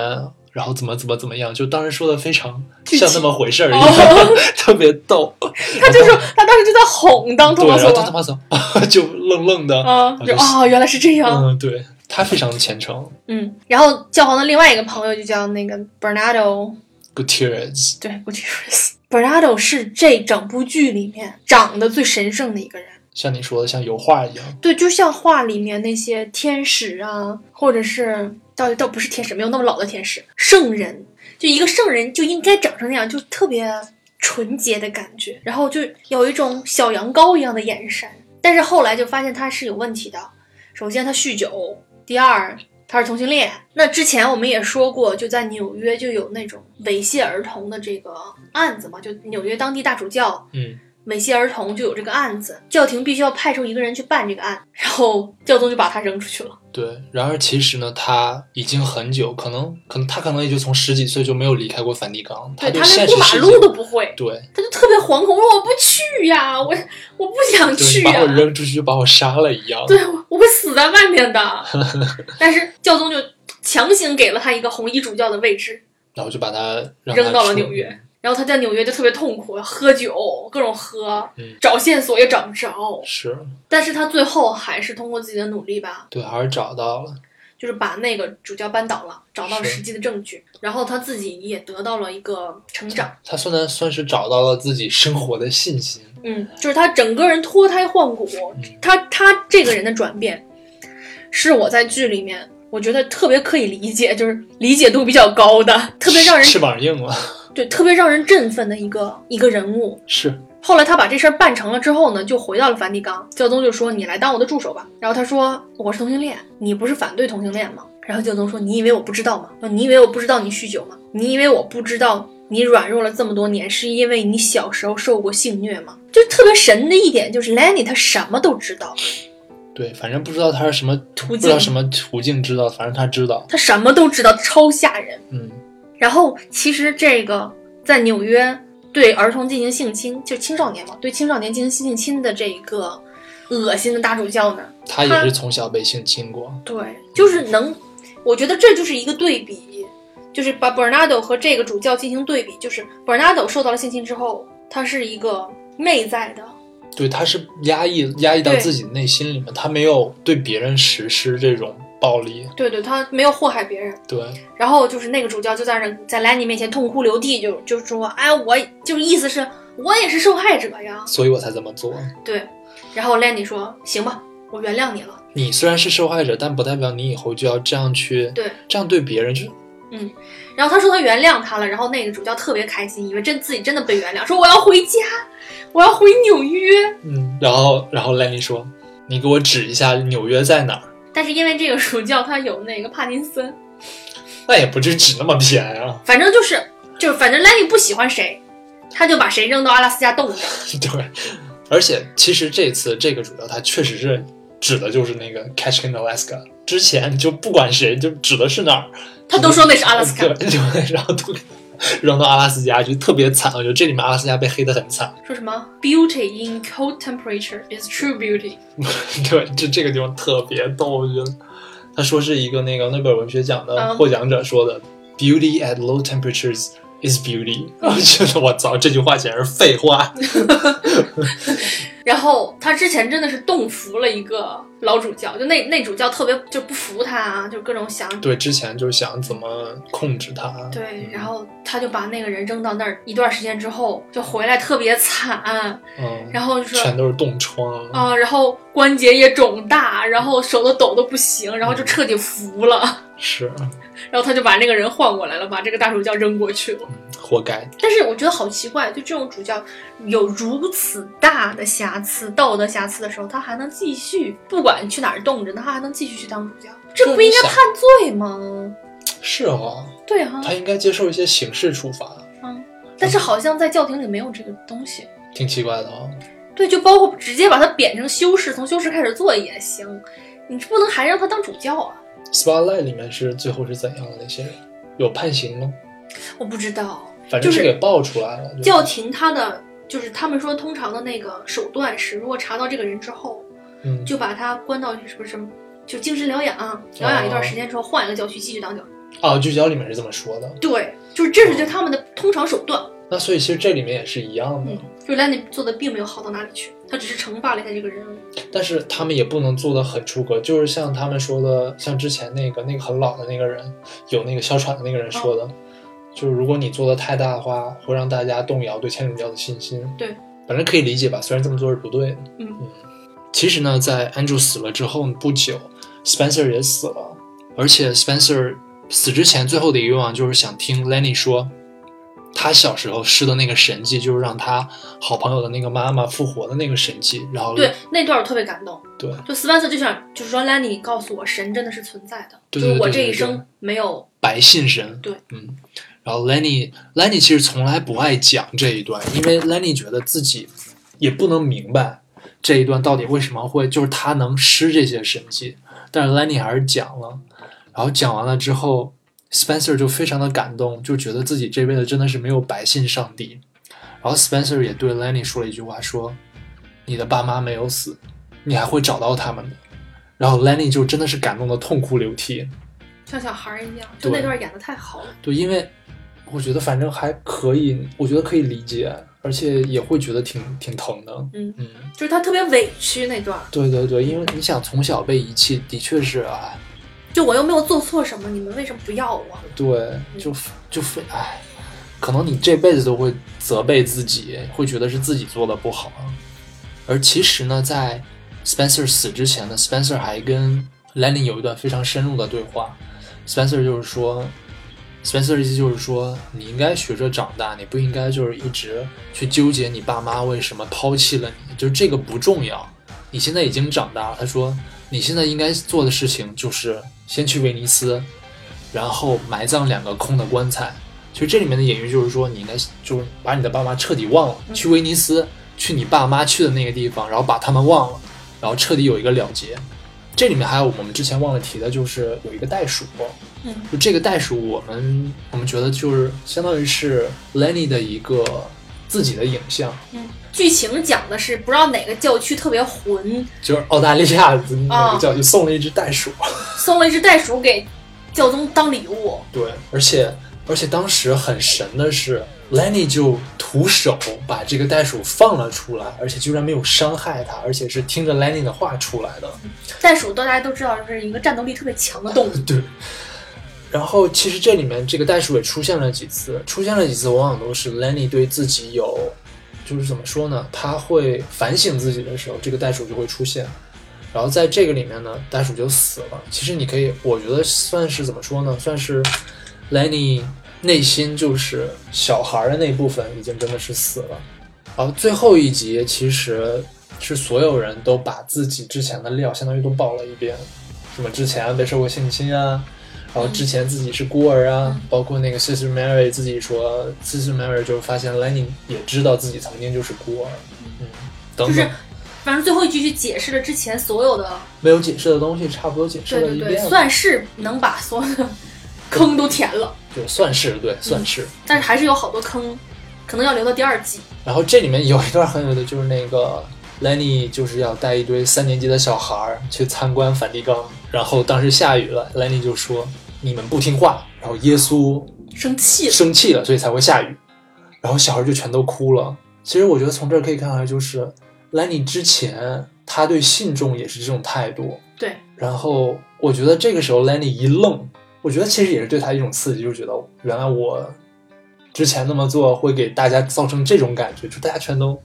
C: 然后怎么怎么怎么样。”就当时说的非常
B: 具体
C: 像那么回事儿一
B: 哦
C: 样，特别逗。
B: 他就说他当时就在哄当托
C: 对，
B: 马
C: 然
B: 索
C: 后当他妈走， 就愣愣的，
B: 啊，
C: 我
B: 就
C: 就
B: 哦，原来是这样，
C: 嗯，对他非常虔诚
B: 嗯。然后教皇的另外一个朋友就叫那个 Bernardo，
C: ，Gutierrez，
B: 对，Gutierrez。Bernardo 是这整部剧里面长得最神圣的一个人。
C: 像你说的，像油画一样，
B: 对，就像画里面那些天使啊，或者是倒倒不是天使，没有那么老的天使，圣人，就一个圣人就应该长成那样，就特别纯洁的感觉，然后就有一种小羊羔一样的眼神。但是后来就发现他是有问题的，首先他酗酒，第二他是同性恋。那之前我们也说过，就在纽约就有那种猥亵儿童的这个案子嘛，就纽约当地大主教
C: 嗯，
B: 猥亵儿童就有这个案子，教廷必须要派出一个人去办这个案，然后教宗就把他扔出去了。
C: 对。然而其实呢，他已经很久，可能可能他可能也就从十几岁就没有离开过梵蒂冈，
B: 对
C: 对
B: 他连
C: 现
B: 过
C: 实
B: 马
C: 世
B: 路
C: 界，
B: 都不会，
C: 对，
B: 他就特别惶恐，说我不去呀，我我不想
C: 就是
B: 去
C: 你把
B: 呀
C: 我，扔出去，就把我杀了一样，
B: 对，我我会死在外面 的。但是教宗就强行给了他一个红衣主教的位置，
C: 然后就把他让
B: 扔
C: 他
B: 到了
C: 出
B: 纽约，然后他在纽约就特别痛苦，喝酒，各种喝
C: 嗯，
B: 找线索也找不着，
C: 是
B: 但是他最后还是通过自己的努力吧，
C: 对，还是找到了，
B: 就是把那个主教扳倒了，找到了
C: 是
B: 实际的证据，然后他自己也得到了一个成长，
C: 他算然算是找到了自己生活的信心，
B: 嗯，就是他整个人脱胎换骨，他他这个人的转变，是我在剧里面我觉得特别可以理解，就是理解度比较高的，特别让人
C: 翅膀硬了，
B: 对特别让人振奋的一个一个人物。
C: 是
B: 后来他把这事儿办成了之后呢，就回到了梵蒂冈。教宗就说：“你来当我的助手吧。”然后他说：“我是同性恋，你不是反对同性恋吗？”然后教宗说：“你以为我不知道吗？你以为我不知道你酗酒吗？你以为我不知道你软弱了这么多年是因为你小时候受过性虐吗？”就特别神的一点就是 Lenny 他什么都知道，
C: 对，反正不知道他是什么
B: 途
C: 不知道
B: 径
C: 什么途径知道，反正他知道，
B: 他什么都知道，超吓人。
C: 嗯。
B: 然后其实这个在纽约对儿童进行性侵，就青少年嘛，对青少年进行性侵的这一个恶心的大主教呢。
C: 他也
B: 他
C: 是从小被性侵过，
B: 对，就是能，我觉得这就是一个对比，就是把 Bernardo 和这个主教进行对比，就是 Bernardo 受到了性侵之后，他是一个内在的，
C: 对，他是压抑压抑到
B: 对
C: 自己内心里面，他没有对别人实施这种暴力，
B: 对对，他没有祸害别人。
C: 对，
B: 然后就是那个主教就在那在兰尼面前痛哭流涕，就就说，哎，我就是意思是我也是受害者呀，
C: 所以我才这么做。
B: 对。然后 Lenny 说，行吧，我原谅你了，
C: 你虽然是受害者，但不代表你以后就要这样去
B: 对。
C: 这样对别人，就
B: 然后他说他原谅他了，然后那个主教特别开心，以为真自己真的被原谅，说我要回家，我要回纽约。
C: 嗯。然后，然后 Lenny 说：“你给我指一下纽约在哪儿？”
B: 但是因为这个主教他有那个帕金森，
C: 那也不至于指那么偏啊，
B: 反正就是就是反正 Lenny 不喜欢谁，他就把谁 扔到阿拉斯加冻着。
C: 对。而且，其实这次这个主教他确实是指的就是那个 Catch in Alaska。之前就不管谁，就指的是哪儿，
B: 他都说那是阿拉斯加，
C: 对，就然后都给扔到阿拉斯加，就特别惨。我觉得这里面阿拉斯加被黑得很惨，
B: 说什么 “beauty in cold temperature is true beauty”。
C: 对，这这个地方特别逗，我觉得。他说是一个那个诺贝尔文学奖的
B: 嗯
C: 获奖者说的、b e a u t y at low temperatures is beauty”。我觉得我操，这句话简直是 废话。
B: 然后他之前真的是动服了一个老主教，就那那主教特别就不服他啊，就各种想
C: 对，之前就想怎么控制它。
B: 对
C: 嗯，
B: 然后他就把那个人扔到那儿一段时间之后，就回来特别惨，啊
C: 嗯，
B: 然后就说
C: 全都是冻疮。
B: 啊、然后关节也肿大，然后手都抖得不行，然后就彻底服了，
C: 是，
B: 然后他就把那个人换过来了，把这个大主教扔过去了。
C: 活该。
B: 但是我觉得好奇怪，就这种主教有如此大的瑕疵、道德瑕疵的时候，他还能继续，不管去哪儿冻着呢，他还能继续去当主教，这不应该判罪吗？
C: 是哦，
B: 对啊，
C: 他应该接受一些刑事处罚，
B: 但是好像在教廷里没有这个东西。
C: 挺奇怪的啊、哦。
B: 对，就包括直接把他贬成修士，从修士开始做也行，你不能还让他当主教啊？
C: Spotlight 里面是最后是怎样的那些人？有判刑吗？
B: 我不知道，
C: 反正
B: 就是是
C: 给爆出来了。
B: 教廷他的就是他们说通常的那个手段是，如果查到这个人之后，
C: 嗯，
B: 就把他关到什么什么，就精神疗养，疗养一段时间之后换一个教区继续当教。
C: 哦，聚焦里面是这么说的。
B: 对，就是这
C: 哦
B: 是就他们的通常手段。
C: 那所以其实这里面也是一样的，
B: 嗯，就兰尼做的并没有好到哪里去，他只是惩罚了一下这个人而已。
C: 但是他们也不能做的很出格，就是像他们说的，像之前那个那个很老的那个人，有那个哮喘的那个人说的，就是如果你做的太大的话，会让大家动摇对天主教的信心。
B: 对，
C: 反正可以理解吧，虽然这么做是不对的。
B: 嗯
C: 其实呢，在 Andrew 死了之后不久，Spencer 也死了，而且 Spencer 死之前最后的一个愿望就是想听 Lenny 说，他小时候施的那个神迹，就是让他好朋友的那个妈妈复活的那个神迹，然后
B: 对，那段我特别感动。
C: 对
B: 就斯班瑟就想，就是说兰尼告诉我，神真的是存在的，
C: 对
B: 就
C: 对
B: 是我
C: 对
B: 这
C: 对
B: 一
C: 对
B: 生没有
C: 白信神，
B: 对，
C: 嗯，然后 Lenny Lenny 其实从来不爱讲这一段，因为 Lenny 觉得自己也不能明白这一段到底为什么会，就是他能施这些神迹，但是 Lenny 还是讲了，然后讲完了之后，Spencer 就非常的感动，就觉得自己这辈子真的是没有白信上帝，然后 Spencer 也对 Lenny 说了一句话，说你的爸妈没有死，你还会找到他们的，然后 Lenny 就真的是感动的痛哭流涕，
B: 像小孩儿一样，就
C: 对
B: 那段演的太好了。
C: 对，因为我觉得反正还可以，我觉得可以理解，而且也会觉得挺挺疼的。
B: 嗯
C: 嗯，
B: 就是他特别委屈那段儿，
C: 对对对，因为你想从小被遗弃，的确是啊，
B: 就我又没有做错什么，你们为什么不要我？
C: 对，就就非哎，可能你这辈子都会责备自己，会觉得是自己做的不好。而其实呢，在 Spencer 死之前呢，Spencer 还跟 Lenny 有一段非常深入的对话。Spencer 就是说，Spencer 的意思就是说，你应该学着长大，你不应该就是一直去纠结你爸妈为什么抛弃了你，就是这个不重要。你现在已经长大了，他说，你现在应该做的事情就是先去威尼斯，然后埋葬两个空的棺材。其实这里面的隐喻就是说，你应该就是把你的爸妈彻底忘了，去威尼斯，去你爸妈去的那个地方，然后把他们忘了，然后彻底有一个了结。这里面还有我们之前忘了提的，就是有一个袋鼠，
B: 嗯，
C: 就这个袋鼠，我们我们觉得就是相当于是 Lenny 的一个自己的影像，
B: 嗯，剧情讲的是不知道哪个教区特别混，
C: 就是澳大利亚的那个
B: 啊
C: 教就送了一只袋鼠，
B: 送了一只袋鼠给教宗当礼物，
C: 对，而且而且当时很神的是，Lenny 就徒手把这个袋鼠放了出来，而且居然没有伤害它，而且是听着 Lenny 的话出来的。
B: 袋鼠大家都知道就是一个战斗力特别强的动物，
C: 对。然后其实这里面这个袋鼠也出现了几次，出现了几次往往都是 Lenny 对自己有，就是怎么说呢？他会反省自己的时候，这个袋鼠就会出现。然后在这个里面呢，袋鼠就死了。其实你可以，我觉得算是怎么说呢？算是 Lenny 内心就是小孩儿的那部分已经真的是死了。然后最后一集其实是所有人都把自己之前的料相当于都爆了一遍，什么之前被受过性侵啊，然后之前自己是孤儿啊，包括那个 Sister Mary 自己说，Sister Mary 就是发现 Lenny 也知道自己曾经就是孤儿，嗯，等
B: 就
C: 等
B: 是，反正最后一句去解释了之前所有的，
C: 没有解释的东西差不多解释
B: 对
C: 了
B: 对
C: 一
B: 对，
C: 遍了，
B: 算是能把所有的坑都填了，
C: 对算是对算是。
B: 但是还是有好多坑，可能要留到第二季。
C: 然后这里面有一段很有的就是那个 Lenny 就是要带一堆三年级的小孩儿去参观梵蒂冈，然后当时下雨了，Lenny 就说你们不听话，然后耶稣
B: 生气了，
C: 生气了，所以才会下雨，然后小孩就全都哭了。其实我觉得从这儿可以看出来，就是 Lenny 之前他对信众也是这种态度，
B: 对，
C: 然后我觉得这个时候 Lenny 一愣，我觉得其实也是对他一种刺激，就是觉得原来我之前那么做会给大家造成这种感觉，就大家全都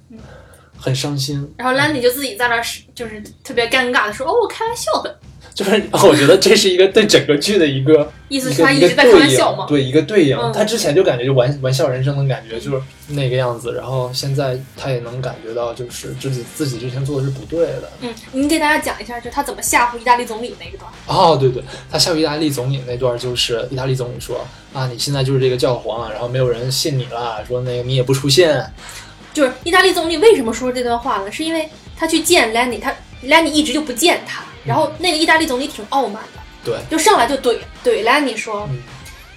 C: 很伤心。
B: 然后 Lanny 就自己在那儿是就是特别尴尬的说：“哦，我开玩笑的。
C: 就是 我觉得这是一个对整个剧的一个”
B: 意思
C: 一
B: 是他
C: 个
B: 一
C: 一个
B: 直在开玩
C: 对
B: 笑
C: 应，
B: 嘛。
C: 对一个对应。
B: 嗯
C: 他之前就感觉就玩玩笑人生的感觉就是那个样子，然后现在他也能感觉到，就是自己自己之前做的是不对的。
B: 嗯，你给大家讲一下，就他怎么吓唬意大利总理那一段。
C: 哦，对对，他笑意大利总理那段儿就是意大利总理说啊，你现在就是这个教皇，然后没有人信你了，说那个你也不出现，
B: 就是意大利总理为什么说这段话呢？是因为他去见 Lanny，他 Lanny 一直就不见
C: 嗯
B: 他，然后那个意大利总理挺傲慢的，
C: 对，
B: 就上来就怼怼 Lanny 说
C: 嗯，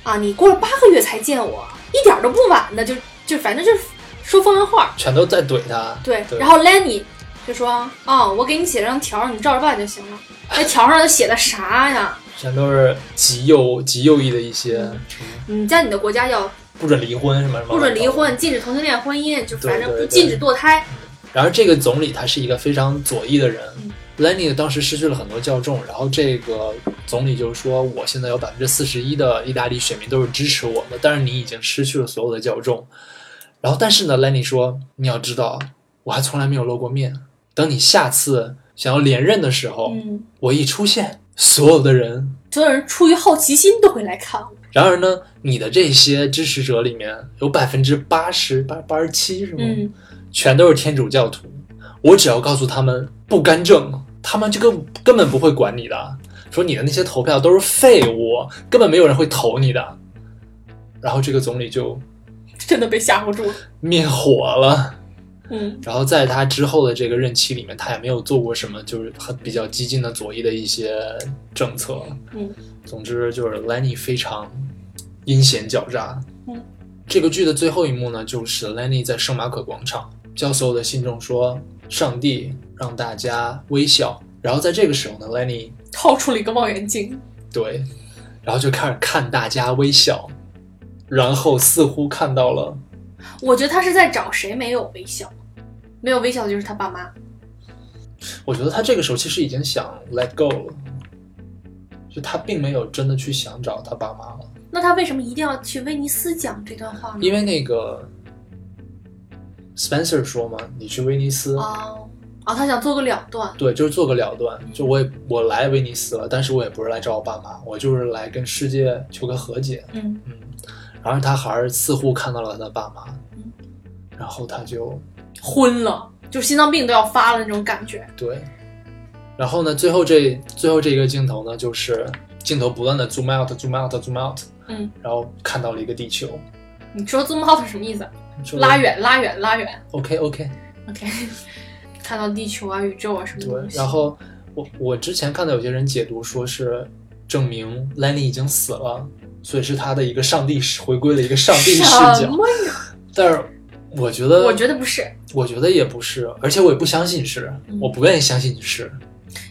B: 啊，你过了八个月才见我，一点儿都不晚的，就就反正就是说风凉话。
C: 全都在怼他，
B: 对，
C: 对嗯
B: 然后 Lanny 就说啊、我给你写张条，你照着办就行了。那条上都写的啥呀？
C: 全都是极右极右翼的一些，嗯
B: 你在你的国家要
C: 不准离婚什么什么，
B: 不准离。婚，禁止同性恋婚姻，就反正
C: 对对
B: 不
C: 对
B: 禁止堕胎。
C: 然而这个总理他是一个非常左翼的人。
B: 嗯
C: Lenny 当时失去了很多教众，然后这个总理就说：“我现在有百分之四十一的意大利选民都是支持我的，但是你已经失去了所有的教众。”然后，但是呢，Lenny 说：“你要知道，我还从来没有露过面。等你下次想要连任的时候，
B: 嗯，
C: 我一出现，所有的人。
B: 所有人出于好奇心都会来看我。
C: 然而呢，你的这些支持者里面有百分之八十八八十七是吗？
B: 嗯，
C: 全都是天主教徒。我只要告诉他们不干政，他们就根根本不会管你的，说你的那些投票都是废物，根本没有人会投你的。然后这个总理就
B: 真的被吓唬住了。
C: 灭火了。
B: 嗯，
C: 然后在他之后的这个任期里面，他也没有做过什么就是很比较激进的左翼的一些政策。
B: 嗯，
C: 总之就是 Lenny 非常阴险狡诈。
B: 嗯，
C: 这个剧的最后一幕呢，就是 Lenny 在圣马可广场教所有的信众说：“上帝让大家微笑。”然后在这个时候呢，Lenny
B: 掏出了一个望远镜，
C: 对，然后就开始看大家微笑，然后似乎看到了
B: 我觉得他是在找谁没有微笑，没有微笑的就是他爸妈。
C: 我觉得他这个时候其实已经想 let go 了，就他并没有真的去想找他爸妈了，
B: 那他为什么一定要去威尼斯讲这段话呢？
C: 因为那个 Spencer 说嘛，你去威尼斯，
B: 哦嗯哦，他想做个了断。
C: 对，就是做个了断，就我也我来威尼斯了，但是我也不是来找我爸妈，我就是来跟世界求个和解，
B: 嗯，
C: 嗯，然而他还是似乎看到了他的爸妈
B: 嗯，
C: 然后他就
B: 昏了，就是心脏病都要发了那种感觉。
C: 对，然后呢，最后这最后这个镜头呢，就是镜头不断的 zoom out zoom out zoom out。
B: 嗯，
C: 然后看到了一个地球，
B: 你说 zoom out 是什么意思？
C: 说
B: 拉远，嗯拉远，拉远。
C: ，OK OK，
B: OK，看到地球啊、宇宙啊什么
C: 对
B: 东。西。
C: 然后我我之前看到有些人解读说是证明 Lenny 已经死了，所以是他的一个上帝视回归了一个上帝视
B: 什
C: 角，
B: 么呀？
C: 但是。我觉得，
B: 我觉得不是，
C: 我觉得也不是，而且我也不相信是，
B: 嗯
C: 我不愿意相信是。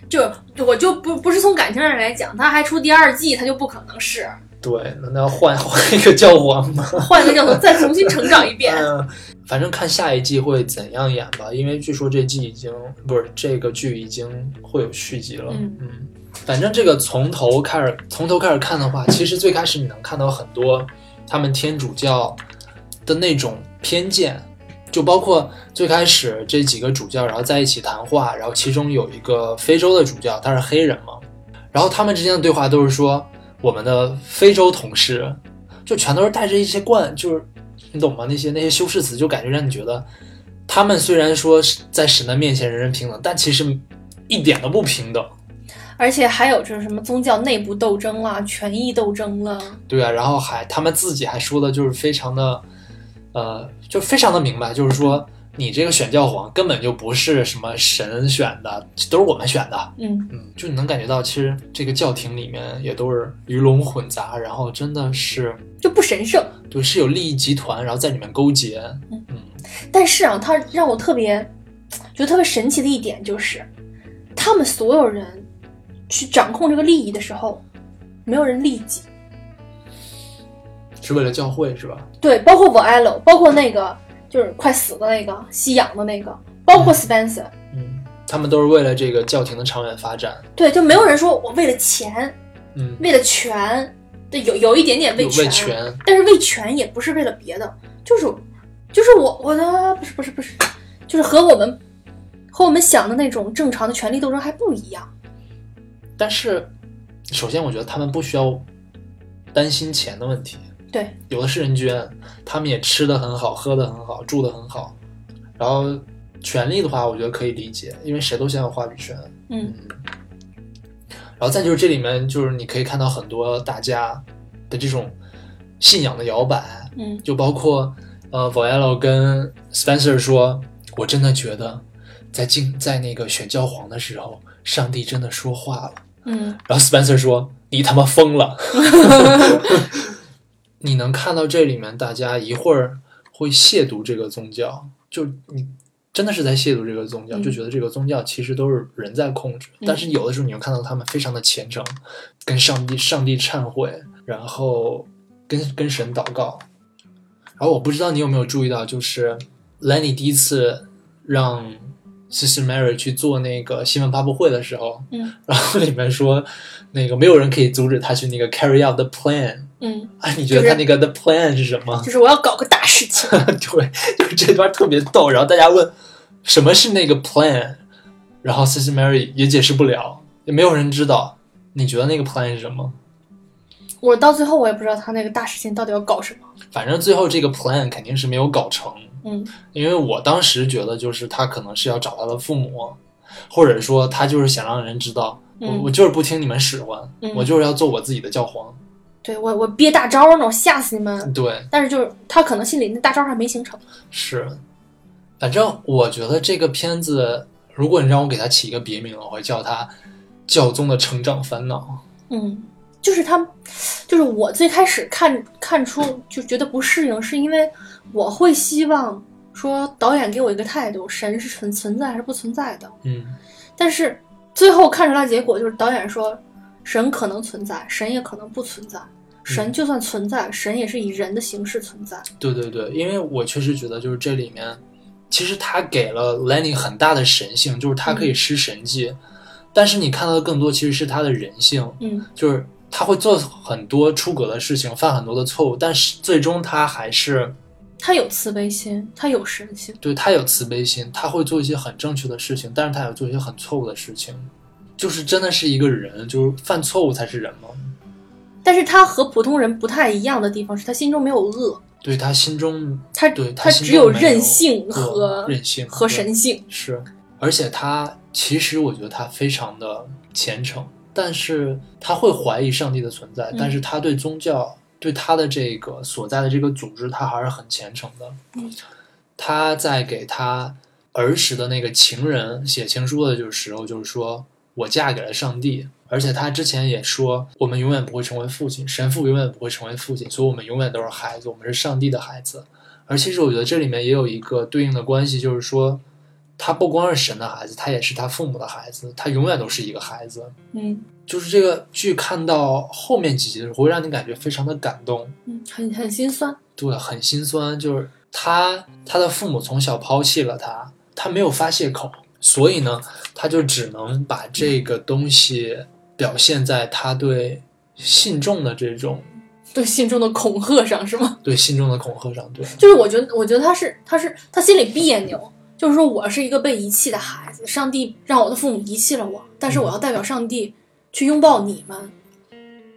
B: 就我就不不是从感情上来讲，他还出第二季，他就不可能是
C: 对，那要换换一个教皇吗？
B: 换个叫做再重新成长一 遍。
C: 嗯，反正看下一季会怎样演吧，因为据说这季已经不是这个剧已经会有续集了。
B: 嗯
C: 反正这个从头开始，从头开始看的话，其实最开始你能看到很多他们天主教的那种偏见，就包括最开始这几个主教，然后在一起谈话，然后其中有一个非洲的主教，他是黑人嘛，然后他们之间的对话都是说我们的非洲同事，就全都是带着一些惯，就是你懂吗？那些那些修饰词，就感觉让你觉得他们虽然说是在神的面前人人平等，但其实一点都不平等。
B: 而且还有就是什么宗教内部斗争啦、权益斗争啦，
C: 对啊，然后还他们自己还说的就是非常的，呃，就非常的明白，就是说你这个选教皇根本就不是什么神选的，都是我们选的。
B: 嗯，
C: 嗯，就你能感觉到，其实这个教廷里面也都是鱼龙混杂，然后真的是
B: 就不神圣。
C: 对，是有利益集团，然后在里面勾结。嗯
B: 但是啊，他让我特别觉得特别神奇的一点就是，他们所有人去掌控这个利益的时候，没有人利己。
C: 是为了教会是吧？
B: 对，包括 v o e l o 包括那个就是快死的那个吸氧的那个，包括 Spencer，、
C: 嗯，他们都是为了这个教廷的长远发展。
B: 对，就没有人说我为了钱，
C: 嗯，
B: 为了权，对，有有一点点为
C: 有
B: 权，
C: 为权，
B: 但是为权也不是为了别的，就是就是我我的不是不是不是，就是和我们和我们想的那种正常的权力斗争还不一样。
C: 但是首先我觉得他们不需要担心钱的问题，
B: 对，
C: 有的是人捐，他们也吃的很好，喝的很好，住的很好。然后权利的话，我觉得可以理解，因为谁都想有话语权。
B: 嗯
C: 然后再就是这里面就是你可以看到很多大家的这种信仰的摇摆，
B: 嗯
C: 就包括呃 v o e l o 跟 Spencer 说，我真的觉得在进在那个选教皇的时候，上帝真的说话了。
B: 嗯
C: 然后 Spencer 说：“你他妈 疯了！”你能看到这里面大家一会儿会亵渎这个宗教，就你真的是在亵渎这个宗教，
B: 嗯
C: 就觉得这个宗教其实都是人在控制。
B: 嗯
C: 但是有的时候你又看到他们非常的虔诚，跟上帝上帝忏悔，
B: 嗯
C: 然后跟跟神祷告。然后我不知道你有没有注意到，就是 Lenny 第一次让 Sister Mary 去做那个新闻发布会的时候，
B: 嗯
C: 然后里面说，那个没有人可以阻止他去那个 carry out the plan。
B: 嗯，
C: 啊，你觉得他那个 the plan 是什么？
B: 就是我要搞个大事 情。
C: 对， 就是这段特别逗。然后大家问什么是那个 plan，然后 Sister Mary 也解释不了，也没有人知道。你觉得那个 plan 是什么？
B: 我到最后我也不知道他那个大事情到底要搞什么。
C: 反正最后这个 plan 肯定是没有搞成，
B: 嗯
C: 因为我当时觉得就是他可能是要找他的父母，或者说他就是想让人知道，
B: 嗯
C: 我我就是不听你们使唤，
B: 嗯
C: 我就是要做我自己的教皇。
B: 对我我憋大招呢，我吓死你们。
C: 对，
B: 但是就是他可能心里那大招还没形成。
C: 是，反正我觉得这个片子，如果你让我给它起一个别名，我会叫它《教宗的成长烦恼
B: 嗯，就是他，就是我最开始看看出就觉得不适应，是因为我会希望说导演给我一个态度，神是存存在还是不存在的。》。
C: 嗯，
B: 但是最后看出来结果就是导演说，神可能存在，神也可能不存在。
C: 嗯
B: 神就算存在，神也是以人的形式存在。
C: 对对对，因为我确实觉得就是这里面，其实他给了 Lenny 很大的神性，就是他
B: 嗯
C: 可以施神迹，但是你看到的更多其实是他的人性，
B: 嗯
C: 就是他会做很多出格的事情，犯很多的错误，但是最终他还是。
B: 他有慈悲心，他有神性。
C: 对他有慈悲心，他会做一些很正确的事情，但是他也做一些很错误的事情，就是真的是一个人，就是犯错误才是人嘛。
B: 但是他和普通人不太一样的地方是他心中没有恶，
C: 对他心中，
B: 他
C: 对
B: 他
C: 心
B: 只
C: 中没有
B: 任性
C: 恶
B: 和
C: 任性
B: 和
C: 对
B: 神性。
C: 是，而且他其实我觉得他非常的虔诚，但是他会怀疑上帝的存在，
B: 嗯
C: 但是他对宗教对他的这个所在的这个组织，他还是很虔诚的。
B: 嗯
C: 他在给他儿时的那个情人写情书的就是时候，就是说我嫁给了上帝。而且他之前也说，我们永远不会成为父亲，神父永远不会成为父亲，所以我们永远都是孩子，我们是上帝的孩子。而其实我觉得这里面也有一个对应的关系，就是说，他不光是神的孩子，他也是他父母的孩子，他永远都是一个孩子。
B: 嗯
C: 就是这个剧看到后面几集的时候，会让你感觉非常的感动，
B: 嗯，很很心酸。
C: 对，很心酸。就是他他的父母从小抛弃了他，他没有发泄口，所以呢，他就只能把这个东西表现在他对信众的这种
B: 对心中的恐吓上是吗？
C: 对信众的恐吓上，对，
B: 就是我觉得，我觉得他是他是他心里别扭，就是说我是一个被遗弃的孩子，上帝让我的父母遗弃了我，但是我要代表上帝去拥抱你们，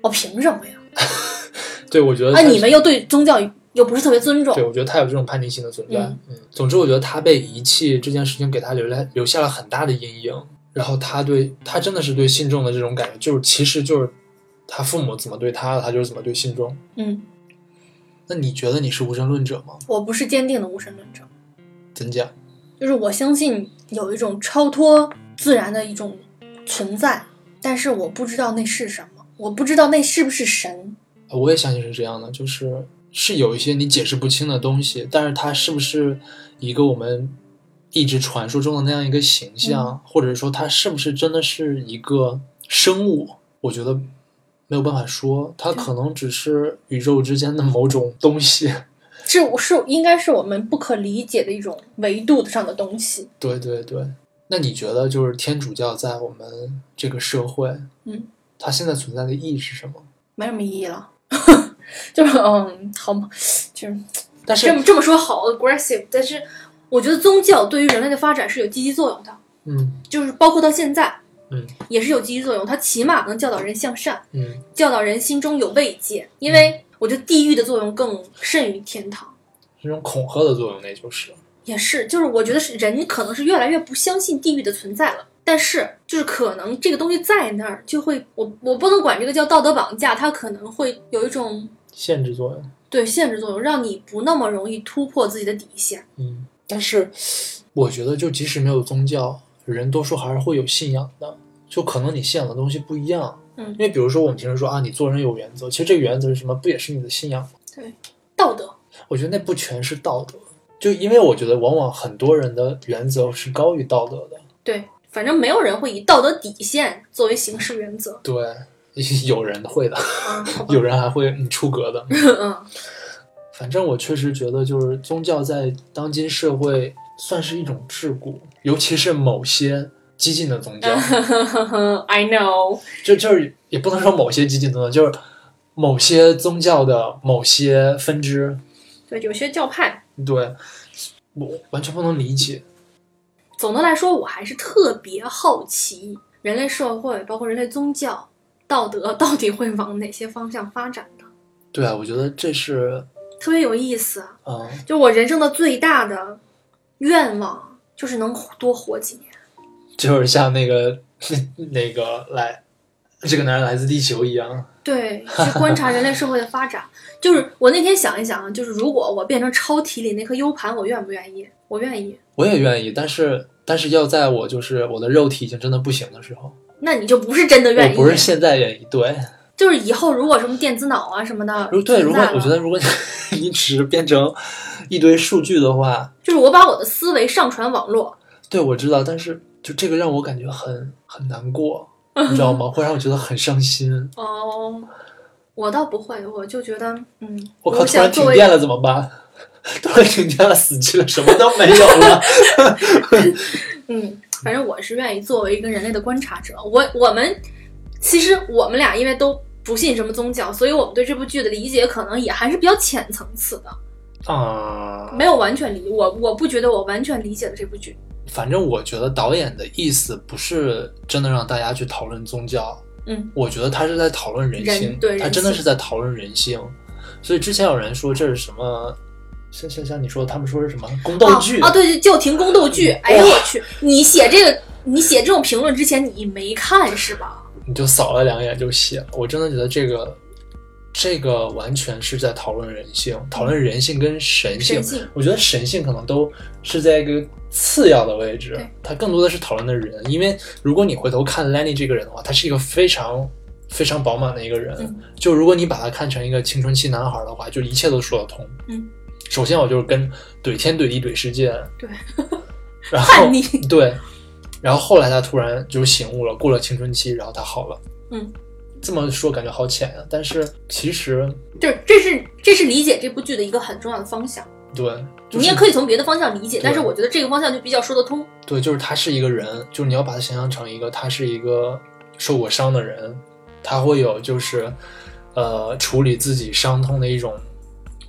B: 我凭什么呀？
C: 对我觉得
B: 啊，
C: 他
B: 你们又对宗教又不是特别尊重
C: 对，，我觉得他有这种叛逆性的存在。
B: 哦嗯
C: 嗯，总之，我觉得他被遗弃这件事情给他留下留下了很大的阴影。然后他对他真的是对信众的这种感觉，就是其实就是他父母怎么对他，他就是怎么对信众。
B: 嗯，
C: 那你觉得你是无神论者吗？
B: 我不是坚定的无神论者，
C: 怎讲？
B: 就是我相信有一种超脱自然的一种存在，但是我不知道那是什么，我不知道那是不是神。
C: 呃我也相信是这样的，就是是有一些你解释不清的东西，但是它是不是一个我们一直传说中的那样一个形
B: 嗯
C: 象，或者说它是不是真的是一个生物？我觉得没有办法说，它可能只是宇宙之间的某种东西。
B: 这是应该是我们不可理解的一种维度上的东西。
C: 对对对，那你觉得就是天主教在我们这个社会，
B: 嗯，
C: 它现在存在的意义是什么？
B: 没什么意义了。 就是嗯，好嘛，就是
C: 但是
B: 这么这么说好 aggressive，但是我觉得宗教对于人类的发展是有积极作用的，
C: 嗯
B: 就是包括到现在，
C: 嗯，
B: 也是有积极作用。它起码能教导人向善，
C: 嗯，
B: 教导人心中有慰藉，因为我觉得地狱的作用更甚于天堂。
C: 这种恐吓的作用，那就是
B: 也是，就是我觉得是人可能是越来越不相信地狱的存在了。但是，就是可能这个东西在那儿，就会我我不能管这个叫道德绑架，它可能会有一种
C: 限制作用。
B: 对限制作用，让你不那么容易突破自己的底线。
C: 嗯，但是我觉得，就即使没有宗教，人多数还是会有信仰的。就可能你信仰的东西不一样，
B: 嗯
C: 因为比如说我们平时说啊，你做人有原则，其实这个原则是什么？不也是你的信仰吗？
B: 道德，
C: 我觉得那不全是道德，就因为我觉得往往很多人的原则是高于道德的。
B: 对，反正没有人会以道德底线作为行事原则。
C: 对， 有人会的，
B: 嗯，好吧，
C: 有人还会嗯出格 的。
B: 嗯，
C: 反正我确实觉得，就是宗教在当今社会算是一种桎梏，尤其是某些激进的宗教，
B: 嗯 I know，
C: 就就是也不能说某些激进宗教，就是某些宗教的某些分支，
B: 对，有些教派
C: 对我完全不能理解。
B: 总的来说，我还是特别好奇人类社会，包括人类宗教、道德到底会往哪些方向发展的，
C: 对啊，我觉得这是，
B: 特别有意思。啊
C: 嗯，
B: 就我人生的最大的愿望，就是能多活几年。
C: 就是像那个 那个来，这个男人来自地球一样，
B: 对，去观察人类社会的发展。就是我那天想一想啊，就是如果我变成超体里那颗 U 盘，我愿不愿意？我愿意。
C: 我也愿意，但是但是要在我就是我的肉体已经真的不行的时候，
B: 那你就不是真的愿
C: 我
B: 意，
C: 不是现在愿意，对。
B: 就是以后如果什么电子脑啊什么的
C: 如对，
B: 存
C: 如果
B: 在了
C: 我觉得如果你 你只是变成一堆数据的话，
B: 就是我把我的思维上传网络，
C: 对我知道，但是就这个让我感觉很很难过，你知 道吗？会让我觉得很伤心。
B: 哦，我倒不会，我就觉得，嗯，
C: 我靠，突
B: 想
C: 然
B: 作
C: 停
B: 为
C: 电了怎么办？ 突然停电了，死机了，什么都没有了。
B: 嗯，反正我是愿意作为一个人类的观察者。我我们其实我们俩因为都不信什么宗教，所以我们对这部剧的理解可能也还是比较浅层次的，
C: 啊、
B: 没有完全理我我不觉得我完全理解了这部剧。
C: 反正我觉得导演的意思不是真的让大家去讨论宗教，
B: 嗯，
C: 我觉得他是在讨论人性，
B: 人对
C: 他
B: 人
C: 真的
B: 性
C: 是在讨论人性。所以之前有人说这是什么，像像像你说，他们说是什么宫斗剧
B: 啊，啊对对，叫停宫斗剧。哎呦
C: 哇
B: 我去，你写这个你写这种评论之前你没看是吧？
C: 你就扫了两眼就写了。我真的觉得这个这个完全是在讨论人性，讨论人性跟神性。
B: 神性
C: 我觉得神性可能都是在一个次要的位置
B: 对，
C: 它更多的是讨论的人。因为如果你回头看 Lenny 这个人的话，他是一个非常。非常饱满的一个人，
B: 嗯
C: 就如果你把他看成一个青春期男孩的话，就一切都说得通。
B: 嗯，
C: 首先我就是跟怼天怼地怼世界，
B: 对，
C: 然后
B: 叛逆，
C: 对，然后后来他突然就醒悟了，过了青春期，然后他好了。
B: 嗯，
C: 这么说感觉好浅呀、但是其实
B: 就是这是这是理解这部剧的一个很重要的方向。
C: 对，就是、
B: 你也可以从别的方向理解，
C: 对
B: 但是我觉得这个方向就比较说得通。
C: 对，就是他是一个人，就是你要把他想象成一个，他是一个受过伤的人，他会有就是呃处理自己伤痛的一种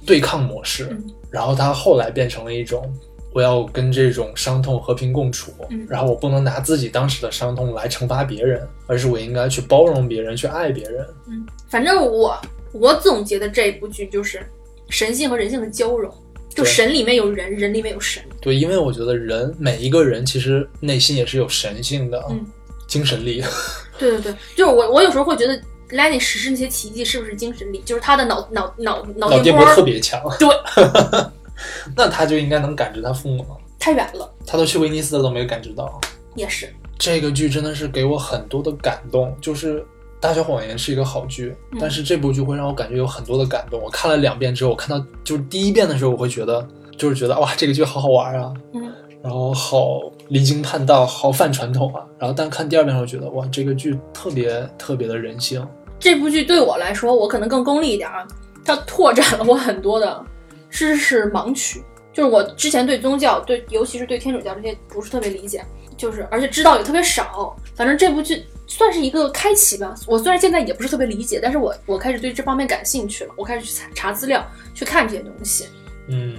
C: 对抗模式，
B: 嗯
C: 然后他后来变成了一种。我要跟这种伤痛和平共处，
B: 嗯
C: 然后我不能拿自己当时的伤痛来惩罚别人，而是我应该去包容别人，去爱别人。
B: 嗯，反正我我总结的这一部剧就是神性和人性的交融，就
C: 对
B: 神里面有人，人里面有神。
C: 对，因为我觉得人每一个人其实内心也是有神性的，啊
B: 嗯
C: 精神力。
B: 对对对，就是我我有时候会觉得 Lenny 实施那些奇迹是不是精神力？就是他的脑脑脑脑
C: 脑
B: 电
C: 电
B: 波
C: 波
B: 儿
C: 特别强，
B: 对，
C: 那他就应该能感知他父母了。
B: 差远了，
C: 他都去威尼斯了都没有感知到。
B: 也是，
C: 这个剧真的是给我很多的感动，就是《大学谎言》是一个好剧，
B: 嗯
C: 但是这部剧会让我感觉有很多的感动。我看了两遍之后，我看到就是第一遍的时候，我会觉得就是觉得哇，这个剧好好玩啊，
B: 嗯，
C: 然后好离经叛道，好反传统啊。然后但看第二遍的时候，觉得哇，这个剧特别特别的人性。
B: 这部剧对我来说，我可能更功利一点啊，它拓展了我很多的知识盲区，就是我之前对宗教，对尤其是对天主教这些不是特别理解，就是而且知道也特别少。反正这部剧算是一个开启吧。我虽然现在也不是特别理解，但是我我开始对这方面感兴趣了，我开始去查查资料，去看这些东西。
C: 嗯，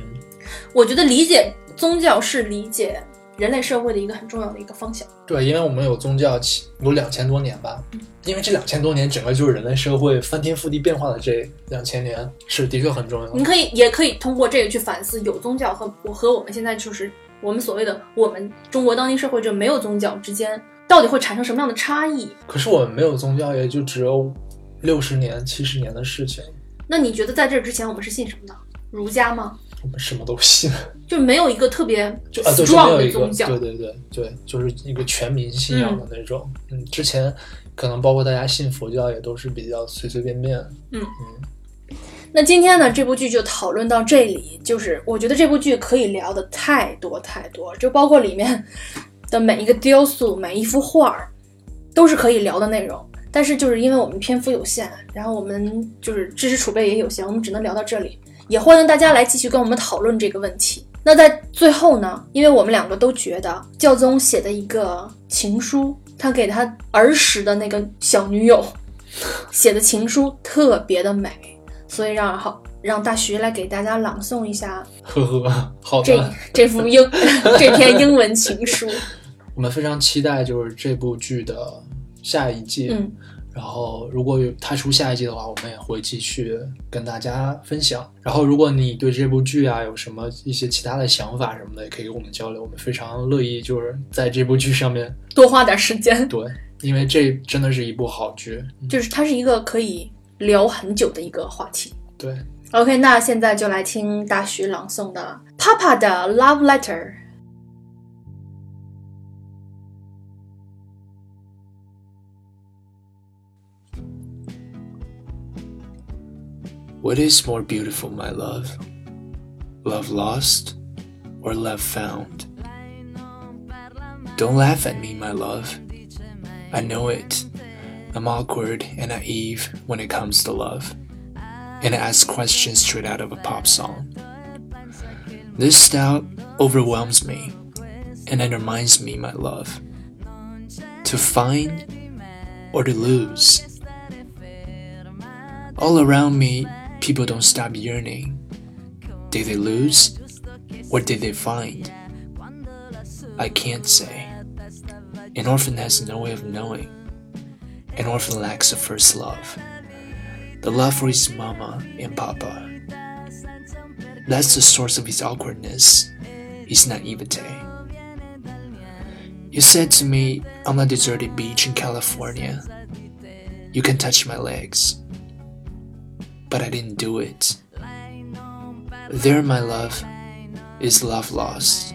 B: 我觉得理解宗教是理解人类社会的一个很重要的一个方向。
C: 对，因为我们有宗教起有两千多年吧，
B: 嗯
C: 因为这两千多年整个就是人类社会翻天覆地变化的这两千年是的确很重要
B: 你可以也可以通过这个去反思有宗教和我和我们现在就是我们所谓的我们中国当今社会就没有宗教之间到底会产生什么样的差异？
C: 可是我们没有宗教，也就只有六十年、七十年的事情，
B: 那你觉得在这之前我们是信什么的？儒家吗？
C: 我们什么都信，
B: 就没有一个特别
C: 就啊，对，就没
B: strong
C: 有
B: 的
C: 一个，
B: 宗教
C: 对。对对对，就是一个全民信仰的那种。嗯，之前可能包括大家信佛教，也都是比较随随便便。
B: 嗯
C: 嗯，
B: 那今天呢，这部剧就讨论到这里。就是我觉得这部剧可以聊的太多太多，就包括里面的每一个雕塑、每一幅画儿，都是可以聊的内容。但是就是因为我们篇幅有限，然后我们就是知识储备也有限，我们只能聊到这里。也欢迎大家来继续跟我们讨论这个问题。那在最后呢，因为我们两个都觉得教宗写的一个情书，他给他儿时的那个小女友 写的情书特别的美。所以让好让大徐来给大家朗诵一下
C: 呵呵，好
B: 这
C: 的，
B: 这幅英这篇英文情书。
C: 我们非常期待就是这部剧的下一季。
B: 嗯，
C: 然后，如果有它出下一季的话，我们也会继续跟大家分享。然后，如果你对这部剧啊有什么一些其他的想法什么的，也可以跟我们交流，我们非常乐意就是在这部剧上面
B: 多花点时间，
C: 对，因为这真的是一部好剧。嗯
B: 就是它是一个可以聊很久的一个话题。
C: 对，
B: OK，那现在就来听大徐朗诵的《Papa 的 Love Letter》。
D: What is more beautiful, my love? Love lost or love found? Don't laugh at me, my love. I know it. I'm awkward and naive when it comes to love, and I ask questions straight out of a pop song. This doubt overwhelms me and it reminds me, my love, to find or to lose. All around me, people don't stop yearning. Did they lose? What did they find? I can't say. An orphan has no way of knowing. An orphan lacks a first love. The love for his mama and papa. That's the source of his awkwardness, his naivete. You said to me on a deserted beach in California, You can touch my legs but I didn't do it. There, my love, is love lost.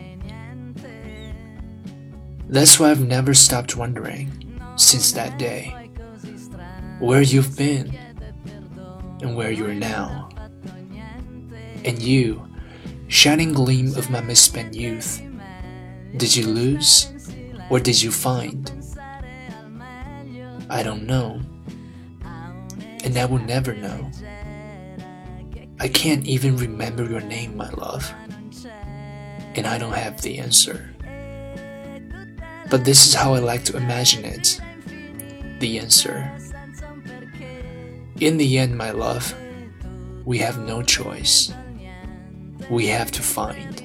D: That's why I've never stopped wondering since that day where you've been and where you're now. And you, shining gleam of my misspent youth, did you lose or did you find? I don't know, and I will never know. I can't even remember your name, my love. And I don't have the answer. But this is how I like to imagine it the answer. In the end, my love, we have no choice. We have to find.